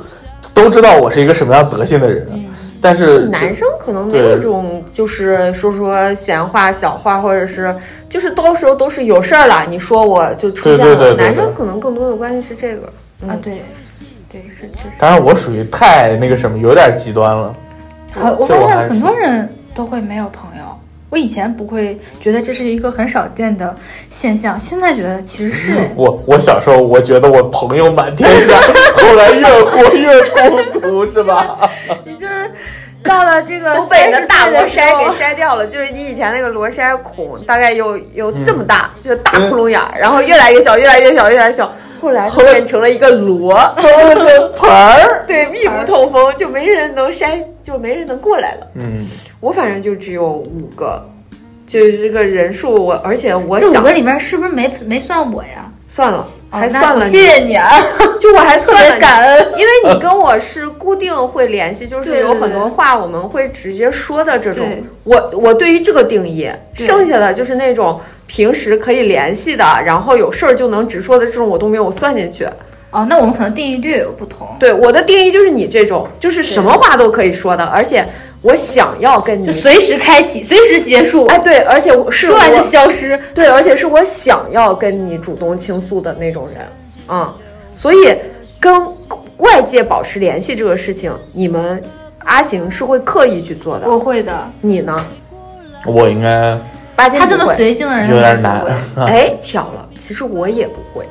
Speaker 4: 都知道我是一个什么样德性的人，啊但是
Speaker 5: 男
Speaker 4: 就
Speaker 5: 生可能没有这种，就是说说闲话、小话，或者是就是到时候都是有事儿了，你说我就出现了。
Speaker 4: 对对对对对
Speaker 5: 男生可能更多的关系是这个，
Speaker 3: 啊，对，对，是确实。
Speaker 4: 当然我属于太那个什么，有点极端了。
Speaker 3: 很，我
Speaker 4: 这
Speaker 3: 发
Speaker 4: 我还
Speaker 3: 现很多人都会没有朋友。我以前不会觉得这是一个很少见的现象，现在觉得其实是哎
Speaker 4: 我我小时候我觉得我朋友满天下，后来越活越孤独，是吧？
Speaker 5: 你就是到了这个
Speaker 3: 都被你的大
Speaker 5: 螺
Speaker 3: 罗
Speaker 5: 筛
Speaker 3: 筛
Speaker 5: 给
Speaker 3: 给
Speaker 5: 筛掉了，就是你以前那个螺筛孔大概有有这
Speaker 4: 嗯
Speaker 5: 么大，就是大窟窿眼儿，然后越来越小，越来越小，越来越小，后来就变成了一个螺。
Speaker 4: 都个盆儿。
Speaker 5: 对，密不透风，就没人能筛，就没人能过来了。
Speaker 4: 嗯，
Speaker 5: 我反正就只有五个，就是这个人数我，而且我
Speaker 3: 这五
Speaker 5: 想
Speaker 3: 个里面是不是没没算我呀？
Speaker 5: 算了，
Speaker 3: 哦
Speaker 5: 还
Speaker 3: 那
Speaker 5: 算
Speaker 3: 我
Speaker 5: 了你，
Speaker 3: 谢谢你啊，
Speaker 5: 就我还
Speaker 3: [LAUGHS]
Speaker 5: 算
Speaker 3: 特
Speaker 5: 了
Speaker 3: 别
Speaker 5: 你
Speaker 3: 感恩。
Speaker 5: 因为你跟我是固定会联系，就是
Speaker 3: 对
Speaker 5: 有很多
Speaker 3: 对
Speaker 5: 话我们会直接说的这种
Speaker 3: 对。
Speaker 5: 我我对于这个定义，
Speaker 3: 对
Speaker 5: 剩下的就是那种平时可以联系的，然后有事儿就能直说的这种，我都没有算进去。
Speaker 3: 哦，那我们可能定义略有不同，
Speaker 5: 对我的定义就是你这种，就是什么话都可以说的，而且我想要跟你
Speaker 3: 就随时开启，随时结束，
Speaker 5: 哎，对，而且我是
Speaker 3: 说完
Speaker 5: 我
Speaker 3: 就消失。
Speaker 5: 对，而且是我想要跟你主动倾诉的那种人啊、所以跟外界保持联系这个事情，你们阿行是会刻意去做的，
Speaker 3: 我会的，
Speaker 5: 你呢？
Speaker 4: 我应该
Speaker 5: 八戒
Speaker 3: 他这么
Speaker 5: 不会，
Speaker 3: 随性的人
Speaker 5: 啊
Speaker 4: 有点
Speaker 3: 我不
Speaker 4: 难
Speaker 3: 会。
Speaker 5: 哎，巧了，其实我也不会，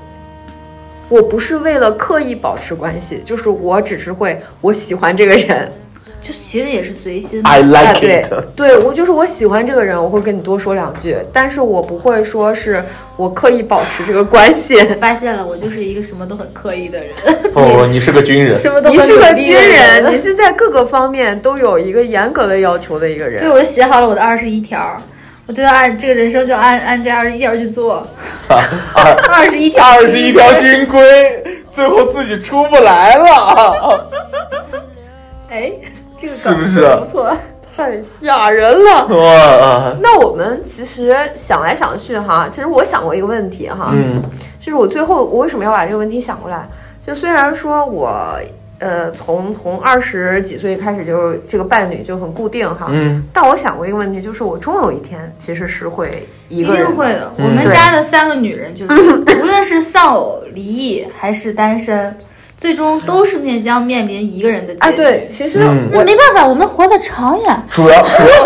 Speaker 6: 我不是为了刻意保持关系，就是我只是会我喜欢这个人，
Speaker 5: [LAUGHS] 就其实也是随心嘛。
Speaker 4: I
Speaker 6: 哎，
Speaker 4: like
Speaker 6: 对
Speaker 4: it。
Speaker 6: 对，我就是我喜欢这个人，我会跟你多说两句，但是我不会说是我刻意保持这个关系。
Speaker 5: 发现了，我就是一个什么都很刻意的人。
Speaker 4: 哦，你是个军人，
Speaker 5: 什么都
Speaker 6: 你是个
Speaker 5: 很努力
Speaker 6: 军
Speaker 5: 的
Speaker 6: 人，你是在各个方面都有一个严格的要求的一个
Speaker 5: 对，
Speaker 6: 人。
Speaker 5: 我就写好了我的二十一条，我就按这个人生就按按这二十一条去做。二十一条，
Speaker 4: 二十一条军规，最后自己出不来了，
Speaker 6: [LAUGHS] 哎，这个
Speaker 4: 是
Speaker 6: 梗
Speaker 4: 不是？
Speaker 6: 不错，太吓人了。
Speaker 4: 哇，
Speaker 6: 那我们其实想来想去哈，其实我想过一个问题哈，
Speaker 4: 嗯，
Speaker 6: 就是我最后我为什么要把这个问题想过来？就虽然说我呃从从二十几岁开始就这个伴侣就很固定哈，
Speaker 4: 嗯，
Speaker 6: 但我想过一个问题，就是我终有一天其实是会一
Speaker 5: 一
Speaker 6: 个人
Speaker 5: 定会的。
Speaker 4: 嗯
Speaker 5: 我们家的三个女
Speaker 6: [LAUGHS]
Speaker 5: 人就是，无论是丧偶、离异还是单身，最终都是面将面临一个人的结局。
Speaker 6: 哎，对，，其实
Speaker 4: 嗯
Speaker 6: 我、
Speaker 3: 那没办法，我们活得长呀。
Speaker 4: 主要主要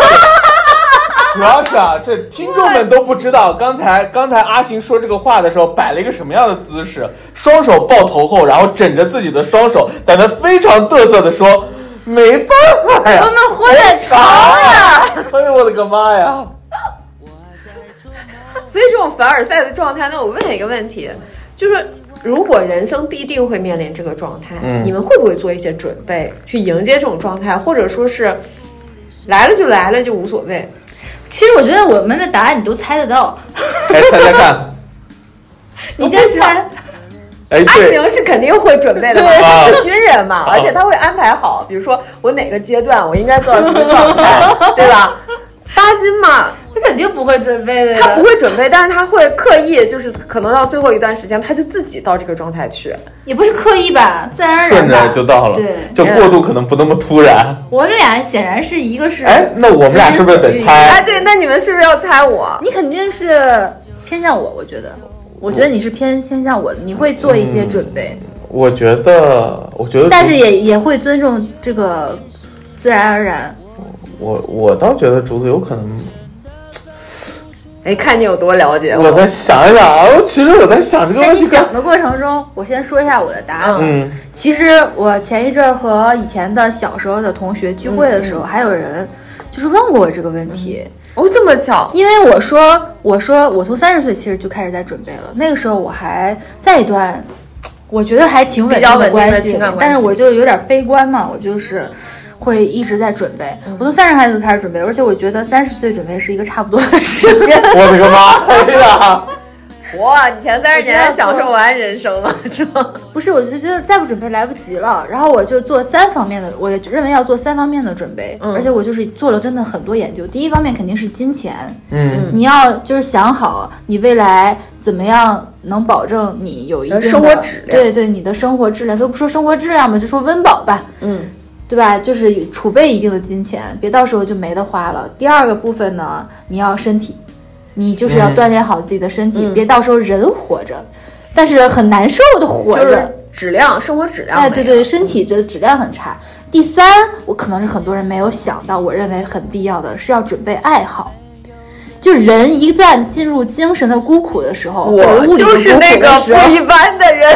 Speaker 4: 主要是啊，这听众们都不知道，刚才刚才阿行说这个话的时候摆了一个什么样的姿势，双手抱头后，然后枕着自己的双手，在那非常嘚瑟的说：“没办法呀，
Speaker 5: 那活得长
Speaker 6: 啊
Speaker 4: 呀！” [LAUGHS] 哎呦我的个妈呀！
Speaker 6: 所以这种凡尔赛的状态，那我问你一个问题，就是如果人生必定会面临这个状态，
Speaker 4: 嗯
Speaker 6: 你们会不会做一些准备去迎接这种状态，或者说是来了就来了就无所谓？
Speaker 5: 其实我觉得我们的答案你都猜得到。
Speaker 4: 哎，猜猜看，
Speaker 6: 你先猜，
Speaker 4: 哎，
Speaker 6: 阿
Speaker 4: 对，
Speaker 6: 行是肯定会准备的嘛，
Speaker 4: 对
Speaker 6: 他是军人嘛，
Speaker 4: 啊
Speaker 6: 而且他会安排好，比如说我哪个阶段我应该做到什么状态，对吧？巴金嘛，
Speaker 5: 他肯定不会准备的呀，
Speaker 6: 他不会准备，但是他会刻意，就是可能到最后一段时间，他就自己到这个状态去。
Speaker 5: 也不是刻意吧，自然而
Speaker 4: 顺
Speaker 5: 然吧
Speaker 4: 着就到了
Speaker 5: 对，，
Speaker 4: 就过渡可能不那么突然。
Speaker 5: 我们俩显然是一个是，
Speaker 4: 哎，那我们俩是不是得
Speaker 6: 哎，
Speaker 4: 猜？
Speaker 6: 对，那你们是不是要猜我？
Speaker 3: 你肯定是偏向我，我觉得，我觉得你是偏偏向我，你会做一些
Speaker 4: 嗯
Speaker 3: 准备，
Speaker 4: 我觉得，我觉得，
Speaker 3: 但是也也会尊重这个自然而然。
Speaker 4: 我我倒觉得竹子有可能。
Speaker 6: 哎，看你有多了解
Speaker 4: 我
Speaker 6: 我。
Speaker 4: 再想一想啊，我其实我在想这个
Speaker 3: 在
Speaker 6: 哦
Speaker 4: 问
Speaker 3: 你
Speaker 4: 题。
Speaker 3: 想的过程中，我先说一下我的答案。
Speaker 4: 嗯，
Speaker 3: 其实我前一阵儿和以前的小时候的同学聚会的时
Speaker 6: 嗯
Speaker 3: 候，还有人就是问过我这个问题，
Speaker 6: 哦，这么巧，
Speaker 3: 因为我说我说我从三十岁其实就开始在准备了，那个时候我还在一段。我觉得还挺稳
Speaker 6: 比
Speaker 3: 定
Speaker 6: 较稳定的
Speaker 3: 关系
Speaker 6: 情
Speaker 3: 里，
Speaker 6: 感关系
Speaker 3: 但是我就有点悲观嘛，我就是会一直在准备。
Speaker 6: 嗯
Speaker 3: 我从三十岁就开始准备，而且我觉得三十岁准备是一个差不多的时间。
Speaker 4: 我的个妈呀！
Speaker 6: 哇，你前三十
Speaker 3: 我知
Speaker 6: 年
Speaker 3: 道
Speaker 6: 还享受完人生
Speaker 5: [LAUGHS]
Speaker 6: 了，是吗？
Speaker 3: 不是，我就觉得再不准备来不及了。然后我就做三方面的，我也认为要做三方面的准备，
Speaker 6: 嗯
Speaker 3: 而且我就是做了真的很多研究。第一方面肯定是金钱，
Speaker 4: 嗯，
Speaker 3: 你要就是想好你未来怎么样能保证你有一定的
Speaker 6: 呃生活质量
Speaker 3: 对对，你的生活质量都不说生活质量吧，就说温饱吧，
Speaker 6: 嗯，
Speaker 3: 对吧？就是储备一定的金钱，别到时候就没得花了。第二个部分呢，你要身体，你就是要
Speaker 4: 嗯
Speaker 3: 锻炼好自己的身
Speaker 6: 嗯
Speaker 3: 体，别到时候人活着，但是很难受的活着。
Speaker 6: 就是质量，生活质量。
Speaker 3: 哎，对对，，身体的质量很差。第三，我可能是很多人没有想到，我认为很必要的是要准备爱好。就人一旦进入精神的孤苦的时候，或者
Speaker 6: 我
Speaker 3: 物理的
Speaker 6: 就是
Speaker 3: 孤苦
Speaker 6: 那
Speaker 3: 的
Speaker 6: 个
Speaker 3: 时候
Speaker 6: 不一般的人。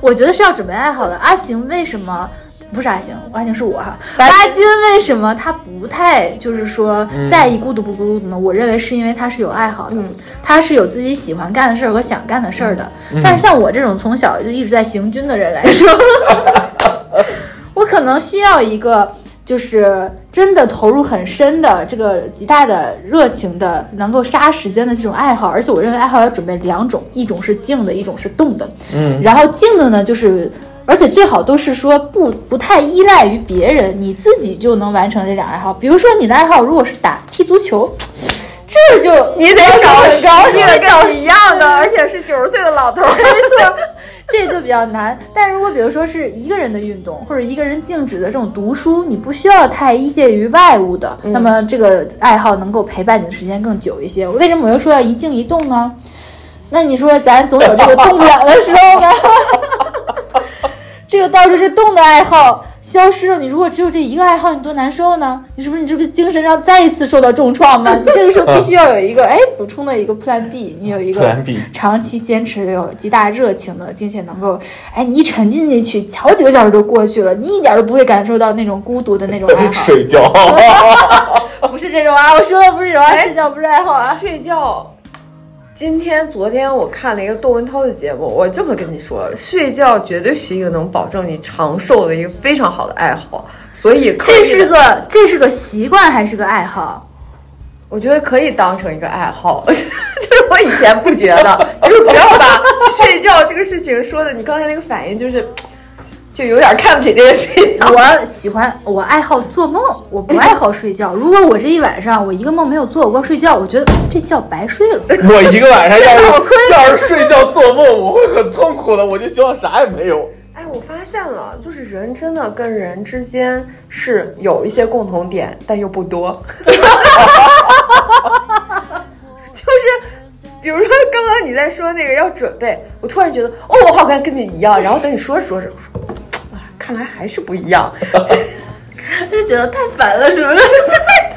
Speaker 3: 我觉得是要准备爱好的。阿行为什么不是阿行？阿行是我哈。巴金为什么他不太就是说
Speaker 6: 嗯
Speaker 3: 在意孤独不孤独呢？我认为是因为他是有爱好的，他是有自己喜欢干的事儿和想干的事儿的。
Speaker 6: 嗯
Speaker 3: 但是像我这种从小就一直在行军的人来说，我可能需要一个。就是真的投入很深的这个极大的热情的，能够杀时间的这种爱好，而且我认为爱好要准备两种，一种是静的，一种是动的。然后静的呢，就是而且最好都是说不不太依赖于别人，你自己就能完成这两爱好。比如说你的爱好如果是打踢足球，这就
Speaker 6: 你得找
Speaker 3: 很高
Speaker 6: 你得找一样的，而且是九十岁的
Speaker 5: [LAUGHS]
Speaker 6: 老头儿。
Speaker 3: 这就比较难。但如果比如说是一个人的运动或者一个人静止的这种读书，你不需要太依借于外物的，
Speaker 7: 嗯
Speaker 3: 那么这个爱好能够陪伴你的时间更久一些。为什么我又说要一静一动呢？那你说咱总 [LAUGHS] 有这个动不了的时候吧？这个倒是这动的爱好，消失了，你如果只有这一个爱好，你多难受呢？你是不是你这不是精神上再一次受到重创吗？你这个时候必须要有一个哎补充的一个 Plan B，你有一
Speaker 7: [LAUGHS]
Speaker 3: 个
Speaker 7: Plan B
Speaker 3: 长期坚持有极大热情的，并且能够哎你一沉浸进去，好几个小时都过去了，你一点都不会感受到那种孤独的那种爱好。
Speaker 4: 睡觉。
Speaker 3: [LAUGHS]
Speaker 4: [LAUGHS]
Speaker 3: 不是这种啊，我说的不是这种啊，睡觉不是爱好啊。
Speaker 6: 睡觉。今天、昨天我看了一个窦文涛的节目，我这么跟你说，睡觉绝对是一个能保证你长寿的一个非常好的爱好，所以可以
Speaker 3: 这是个这是个习惯还是个爱好？
Speaker 6: 我觉得可以当成一个爱好， [LAUGHS] 就是我以前不觉得，就是不要把睡觉这个事情说的，你刚才那个反应就是，就有点看不起这个睡觉。
Speaker 3: 我喜欢我爱好做梦，我不爱好睡觉。如果我这一晚上我一个梦没有做，我光睡觉，我觉得这觉白睡了。
Speaker 4: 我一个晚上要
Speaker 6: 睡得好
Speaker 4: 是
Speaker 6: 困
Speaker 4: 要是睡觉做梦，我会很痛苦的。我就希望啥也没有。
Speaker 6: 哎，我发现了，就是人真的跟人之间是有一些共同点，但又不多。 [LAUGHS] 就是比如说刚刚你在说那个要准备，我突然觉得哦，我好像跟你一样，然后等你说着说着，我说哎看来还是不一样， [LAUGHS] 就觉得太烦了，是不是？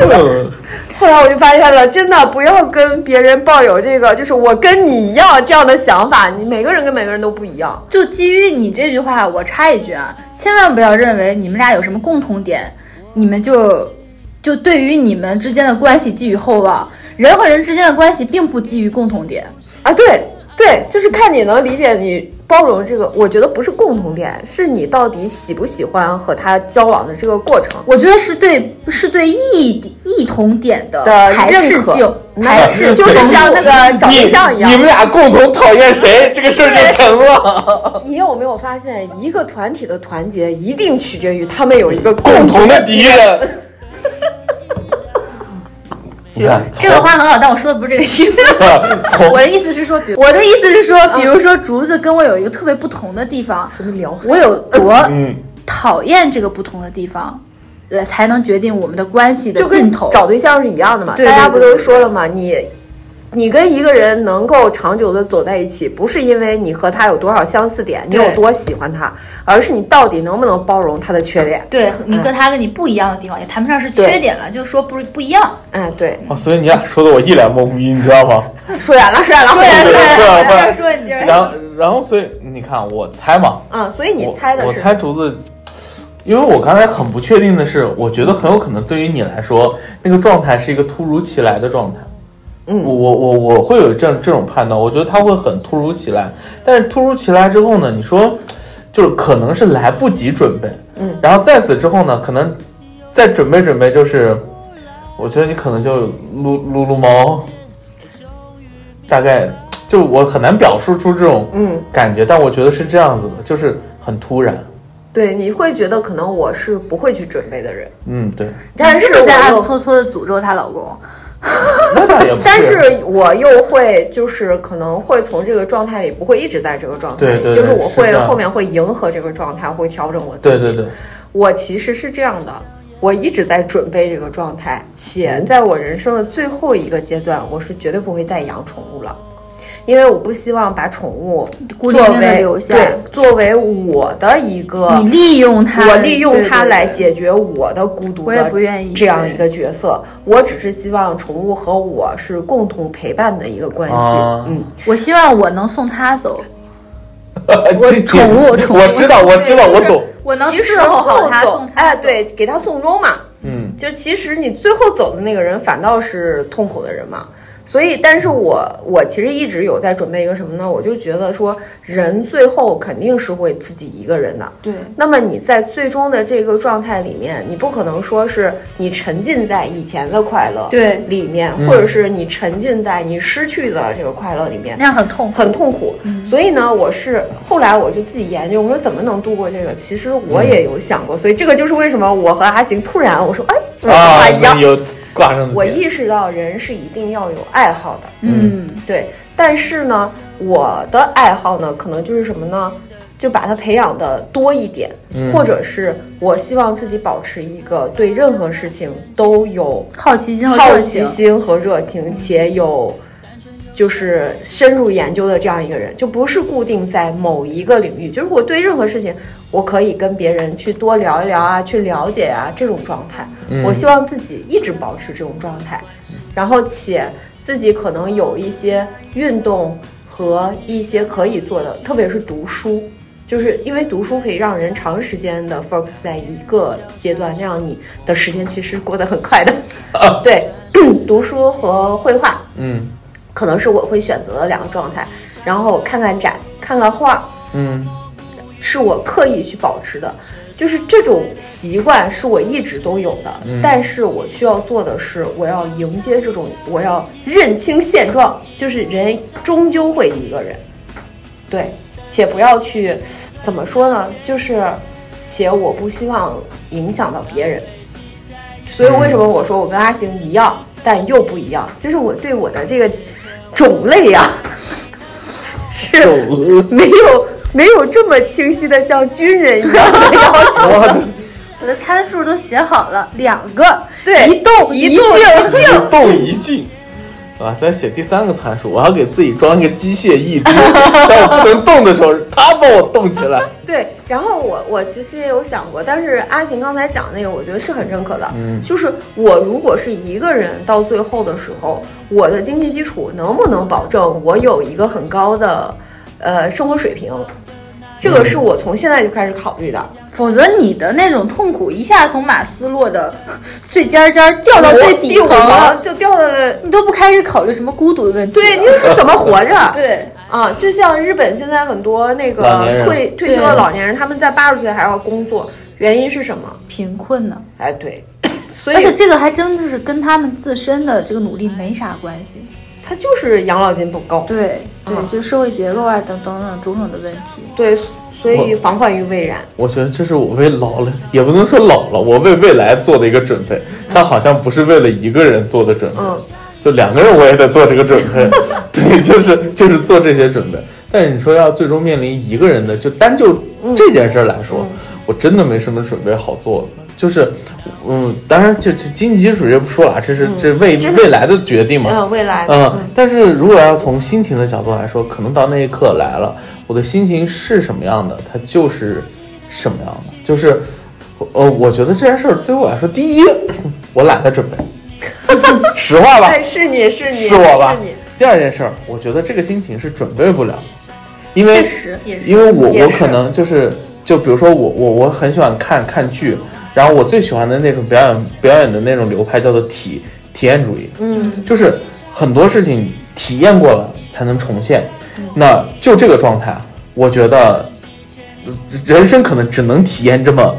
Speaker 6: [LAUGHS]
Speaker 4: 嗯
Speaker 6: 后来我就发现了，真的不要跟别人抱有这个，就是我跟你一样这样的想法。你每个人跟每个人都不一样，
Speaker 3: 就基于你这句话，我插一句啊，千万不要认为你们俩有什么共同点，你们就就对于你们之间的关系寄予厚望。人和人之间的关系并不基于共同点，
Speaker 6: 啊，对对，就是看你能理解你包容这个，我觉得不是共同点，是你到底喜不喜欢和他交往的这个过程。
Speaker 3: 我觉得是对是对异异同点的
Speaker 6: 的
Speaker 3: 排斥
Speaker 6: 认可
Speaker 3: 性，排
Speaker 6: 那
Speaker 3: 斥
Speaker 6: 就是
Speaker 3: 程度
Speaker 6: 像那个找对象一
Speaker 4: 你
Speaker 6: 样，
Speaker 4: 们俩共同讨厌谁，这个事儿就成了。
Speaker 6: 你有没有发现，一个团体的团结一定取决于他们有一个
Speaker 4: 共
Speaker 6: 共
Speaker 4: 同
Speaker 6: 同
Speaker 4: 的
Speaker 6: 的
Speaker 4: 敌人。你看，
Speaker 3: 这个话很好，但我说的不是这个意
Speaker 6: [LAUGHS]
Speaker 3: 思。
Speaker 4: [LAUGHS] 从
Speaker 3: 我的意思是说，比如我的意思是说，比如说竹子跟我有一个特别不同的地方，
Speaker 6: 什么聊？
Speaker 3: 我有多
Speaker 4: 嗯，
Speaker 3: 讨厌这个不同的地方，呃，才能决定我们的关系的
Speaker 6: 就
Speaker 3: 尽
Speaker 6: 跟
Speaker 3: 头。
Speaker 6: 找对象是一样的嘛。
Speaker 3: 对
Speaker 6: 大家
Speaker 3: 对
Speaker 6: 不
Speaker 3: 对
Speaker 6: 都
Speaker 3: 对
Speaker 6: 说了嘛，你你跟一个人能够长久的走在一起，不是因为你和他有多少相似点，你有
Speaker 3: 对
Speaker 6: 多喜欢他，而是你到底能不能包容他的缺点。
Speaker 5: 对你跟他跟你不一样的地方，也谈不上是缺点了，就说不是不一样。
Speaker 6: 哎，对，
Speaker 4: 哦，所以你俩说的我一脸懵逼，你知道吗？
Speaker 6: 说远了，说远了，说
Speaker 4: 对 [LAUGHS] 对对
Speaker 5: 说你这
Speaker 4: 然后，然后，所以你看，我猜嘛，
Speaker 6: 嗯，所以你
Speaker 4: 我
Speaker 6: 猜的
Speaker 4: 我
Speaker 6: 是
Speaker 4: 猜竹子，因为我刚才很不确定的是，我觉得很有可能对于你来说，那个状态是一个突如其来的状态。
Speaker 6: 嗯
Speaker 4: 我我我我会有这这种判断，我觉得他会很突如其来，但是突如其来之后呢，你说就是可能是来不及准备，
Speaker 6: 嗯，
Speaker 4: 然后在此之后呢，可能再准备准备，就是我觉得你可能就撸撸撸猫，大概就我很难表述出这种
Speaker 6: 嗯，
Speaker 4: 感觉，但我觉得是这样子的，就是很突然。
Speaker 6: 对，你会觉得可能我是不会去准备的人，
Speaker 4: 嗯，对，
Speaker 6: 但
Speaker 3: 是
Speaker 6: 是
Speaker 3: 不是在
Speaker 6: 我
Speaker 3: 暗
Speaker 6: 又
Speaker 3: 搓搓的诅咒她老公？
Speaker 4: 那倒也不
Speaker 6: 但是我又会就是可能会从这个状态里不会一直在这个状态里，
Speaker 4: 对对
Speaker 6: 就是
Speaker 4: 对
Speaker 6: 我
Speaker 4: 是
Speaker 6: 会
Speaker 4: 这样
Speaker 6: 后面会迎合这个状态，会调整我自己。
Speaker 4: 对对对，
Speaker 6: 我其实是这样的，我一直在准备这个状态，且在我人生的最后一个阶段，我是绝对不会再养宠物了。因为我不希望把宠物
Speaker 3: 孤零
Speaker 6: 作
Speaker 3: 零的
Speaker 6: 为
Speaker 3: 留下，
Speaker 6: 对作为我的一个，
Speaker 3: 你利用他，
Speaker 6: 我利用它
Speaker 3: 对
Speaker 6: 来。
Speaker 3: 对对
Speaker 6: 解决我的孤独
Speaker 3: 我也
Speaker 6: 的
Speaker 3: 不愿意
Speaker 6: 这样一个角色。我只是希望宠物和我是共同陪伴的一个关系。
Speaker 4: 啊 [LAUGHS]
Speaker 6: 嗯，
Speaker 3: 我希望我能送她走，我宠物宠物
Speaker 4: 我知道，我知道，我
Speaker 5: [LAUGHS]
Speaker 4: 懂。
Speaker 3: 我能
Speaker 6: 其实
Speaker 3: 伺候好
Speaker 6: 后
Speaker 3: 她，
Speaker 6: 走
Speaker 3: 送她
Speaker 6: 哎，
Speaker 3: 走
Speaker 6: 对，给它送终嘛。
Speaker 4: 嗯，
Speaker 6: 就其实你最后走的那个人反倒是痛苦的人嘛。所以，但是我我其实一直有在准备一个什么呢？我就觉得说，人最后肯定是会自己一个人的。
Speaker 3: 对，
Speaker 6: 那么你在最终的这个状态里面，你不可能说是你沉浸在以前的快乐
Speaker 3: 对
Speaker 6: 里面，或者是你沉浸在你失去的这个快乐里面
Speaker 3: 那，样很痛苦。
Speaker 6: 很痛苦。所以呢，我是后来我就自己研究，我说怎么能度过这个？其实我也有想过，所以这个就是为什么我和阿行突然我说哎，
Speaker 5: 嗯
Speaker 6: 怎么跟
Speaker 4: 啊，
Speaker 6: 他一样
Speaker 4: 你？有挂上的
Speaker 6: 我
Speaker 4: 点
Speaker 6: 意识到人是一定要有爱好的，
Speaker 3: 嗯，
Speaker 6: 对。但是呢，我的爱好呢，可能就是什么呢？就把它培养的多一点，或者是我希望自己保持一个对任何事情都有
Speaker 3: 好奇心和
Speaker 6: 好
Speaker 3: 热
Speaker 6: 奇
Speaker 3: 情，
Speaker 6: 心和热情，且有就是深入研究的这样一个人，就不是固定在某一个领域。就是我对任何事情，
Speaker 5: 我可以跟别人去多聊一聊啊，去了解啊这种状态。我希望自己一直保持这种状态，然后且自己可能有一些运动和一些可以做的，特别是读书。就是因为读书可以让人长时间的 focus 在一个阶段，这样你的时间其实过得很快的。对，读书和绘画，
Speaker 6: 嗯
Speaker 5: 可能是我会选择的两个状态。然后看看展，看看画，
Speaker 6: 嗯
Speaker 5: 是我刻意去保持的，就是这种习惯是我一直都有的。但是我需要做的是，我要迎接这种，我要认清现状，就是人终究会一个人，对，且不要去怎么说呢？就是，且我不希望影响到别人。所以为什么我说我跟阿行一样，但又不一样？就是我对我的这个种类呀、是没有没有这么清晰的像军人一样的要求。
Speaker 4: [LAUGHS]
Speaker 3: 我的参数都写好了，两个，
Speaker 5: 对，
Speaker 3: 一动
Speaker 5: 一
Speaker 3: 静
Speaker 5: 动一静，
Speaker 4: 一动一静。啊，咱写第三个参数，我要给自己装一个机械意志， [LAUGHS] 在我不能动的时候，它帮我动起来。
Speaker 5: 对。然后我我其实也有想过，但是阿行刚才讲那个，我觉得是很认可的。
Speaker 6: 嗯
Speaker 5: 就是我如果是一个人到最后的时候，我的经济基础能不能保证我有一个很高的呃生活水平？这
Speaker 6: 嗯
Speaker 5: 个是我从现在就开始考虑的。
Speaker 3: 否则你的那种痛苦一下从马斯洛的 [LAUGHS] 最尖尖儿掉到最
Speaker 5: 我
Speaker 3: 底层
Speaker 5: 层
Speaker 6: 啊
Speaker 3: 了，
Speaker 5: 就掉到了，
Speaker 3: 你都不开始考虑什么孤独的问题
Speaker 5: 对，
Speaker 3: 了。
Speaker 5: 你是怎么活着？
Speaker 3: 对，
Speaker 5: 啊，就像日本现在很多那
Speaker 6: 老年
Speaker 5: 个
Speaker 6: 人
Speaker 5: 退退休的老年人，他们在八十岁还要工作，原因是什么？
Speaker 3: 贫困呢，
Speaker 5: 哎，对，所
Speaker 3: 而
Speaker 5: 以
Speaker 3: 且这个还真的是跟他们自身的这个努力没啥关系。
Speaker 5: 他就是养老金不够，
Speaker 3: 对对，
Speaker 5: 嗯
Speaker 3: 就是社会结构啊，等等等种种的问题。
Speaker 5: 对，所以防患于未然。
Speaker 4: 我觉得这是我为老了，也不能说老了，我为未来做的一个准备。它好像不是为了一个人做的准备，
Speaker 5: 嗯
Speaker 4: 就两个人我也得做这个准备。 [LAUGHS] 对，就是就是做这些准备。但是你说要最终面临一个人的，就单就
Speaker 5: 嗯
Speaker 4: 这件事儿来说，我真的没什么准备好做的。就是，嗯，当然这这经济基础这不说了啊，这是这未
Speaker 5: 嗯这是
Speaker 4: 未来的决定嘛。
Speaker 5: 嗯，未来，
Speaker 4: 嗯，但是如果要从心情的角度来说，可能到那一刻来了，我的心情是什么样的，它就是什么样的。就是，呃，我觉得这件事儿对我来说，第一，我懒得准备， [LAUGHS] 实话吧
Speaker 5: 哎，，是你是你
Speaker 4: 是我吧
Speaker 5: 是你，？
Speaker 4: 第二件事儿，我觉得这个心情是准备不了，因为
Speaker 3: 确实也是，
Speaker 4: 因为我
Speaker 5: 也
Speaker 4: 我
Speaker 5: 是
Speaker 4: 可能就是就比如说我我我很喜欢看看剧，然后我最喜欢的那种表演表演的那种流派叫做体体验主义，
Speaker 5: 嗯，
Speaker 4: 就是很多事情体验过了才能重现。
Speaker 5: 嗯
Speaker 4: 那就这个状态，我觉得呃人生可能只能体验这么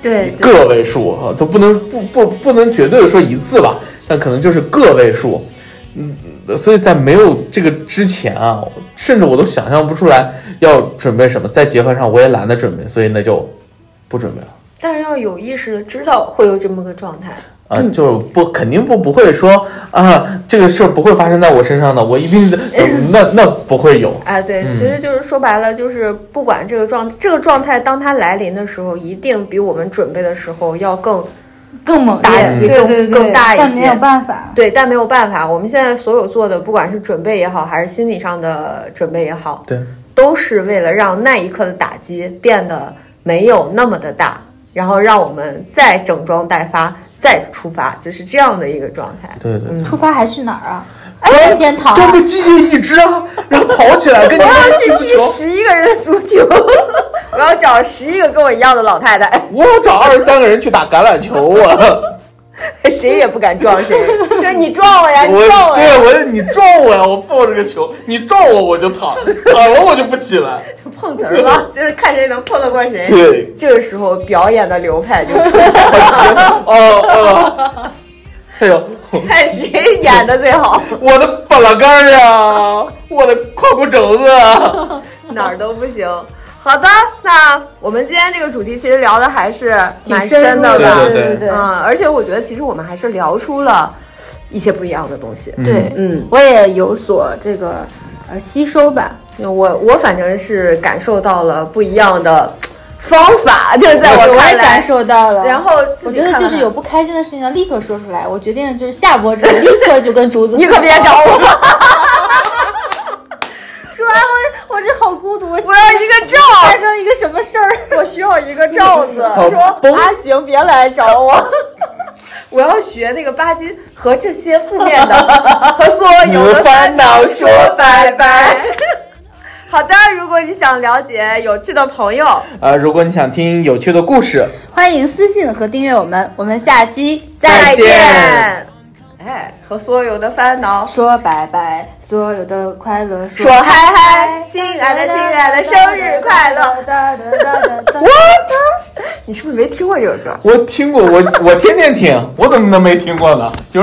Speaker 3: 对对
Speaker 4: 个位数啊，都不能不不不能绝对的说一次吧，但可能就是个位数。嗯，所以在没有这个之前啊，甚至我都想象不出来要准备什么。再结合上我也懒得准备，所以那就不准备了。
Speaker 5: 但是要有意识的知道会有这么个状态，
Speaker 4: 啊，就是不肯定不不会说啊，这个事儿不会发生在我身上的，我一定的，那那不会有。
Speaker 5: 哎，对，其实就是说白了，就是不管这个状这个状态，当它来临的时候，一定比我们准备的时候要更
Speaker 2: 更猛
Speaker 5: 打
Speaker 2: 烈，
Speaker 5: 击
Speaker 2: 对
Speaker 5: 更
Speaker 2: 对对，
Speaker 5: 更大一
Speaker 2: 但
Speaker 5: 些
Speaker 2: 没有办法，
Speaker 5: 对，但没有办法，我们现在所有做的，不管是准备也好，还是心理上的准备也好，
Speaker 4: 对，
Speaker 5: 都是为了让那一刻的打击变得没有那么的大，然后让我们再整装待发，再出发，就是这样的一个状态。
Speaker 4: 对
Speaker 3: 嗯
Speaker 4: 对，
Speaker 2: 出发还去哪儿啊？哎，天堂
Speaker 4: 这
Speaker 2: 啊、
Speaker 4: 不机械一只啊，然后跑起来跟你
Speaker 5: 我要
Speaker 4: 们
Speaker 5: 去
Speaker 4: 踢
Speaker 5: 踢
Speaker 4: 球，
Speaker 5: 十一个人的足
Speaker 6: [LAUGHS]
Speaker 5: 球，我要找十一个跟我一样的老太太，
Speaker 4: 我要找二十三个人去打橄榄球啊。
Speaker 5: 谁也不敢撞
Speaker 6: [LAUGHS]
Speaker 5: 谁，说你撞我呀，你撞
Speaker 4: 我
Speaker 5: 我呀，
Speaker 4: 对我你撞我呀，我抱着个球，你撞我我就躺，躺了我就不起来。
Speaker 5: [LAUGHS] 碰瓷儿吧，就是看谁能碰得过谁。
Speaker 4: 对，
Speaker 5: 这个时候表演的流派就出来了
Speaker 4: 哦哦，哎呦，
Speaker 5: [LAUGHS] 看谁演的最好，
Speaker 4: 我的板栏杆儿呀，我的胯骨轴子啊，
Speaker 5: 哪儿都不行。好的，那我们今天这个主题其实聊的还是蛮
Speaker 2: 入
Speaker 5: 的吧？
Speaker 6: 对对
Speaker 2: 对对
Speaker 5: 嗯，而且我觉得其实我们还是聊出了一些不一样的东西。
Speaker 2: 对，
Speaker 5: 嗯，
Speaker 2: 我也有所这个呃吸收吧。
Speaker 5: 我我反正是感受到了不一样的方法， [LAUGHS] 就是在
Speaker 2: 我
Speaker 5: 看
Speaker 2: 也感
Speaker 5: 来。
Speaker 2: 受到了，
Speaker 5: 然后
Speaker 2: 我
Speaker 5: 自己
Speaker 2: 觉得
Speaker 5: 看
Speaker 2: 就是
Speaker 5: 看
Speaker 2: 有不开心的事情要立刻说出来。我决定就是下播之后立刻就跟竹子，
Speaker 5: 你可别找我，
Speaker 2: 说，啊，我我这好孤独，我
Speaker 5: 我要一个照， [LAUGHS]
Speaker 2: 发生一个什么事儿？
Speaker 5: 我需要一个罩子，说阿行别来找我。我要学那个巴金和这些负面的 [LAUGHS] 和所有
Speaker 4: 嗯
Speaker 5: 的烦恼说拜拜。好的，如果你想了解有趣的朋友，
Speaker 4: 呃，如果你想听有趣的故事，
Speaker 3: 欢迎私信和订阅我们，我们下期
Speaker 5: 再
Speaker 3: 再
Speaker 5: 见
Speaker 3: 见。
Speaker 5: 哎，和所有的烦恼
Speaker 8: 说拜拜，所有的快乐
Speaker 5: 说嗨嗨，亲爱的亲爱的，生日快乐！你是不是没听过这首歌？
Speaker 4: 我听过，我我天天听，我怎么能没听过呢？有。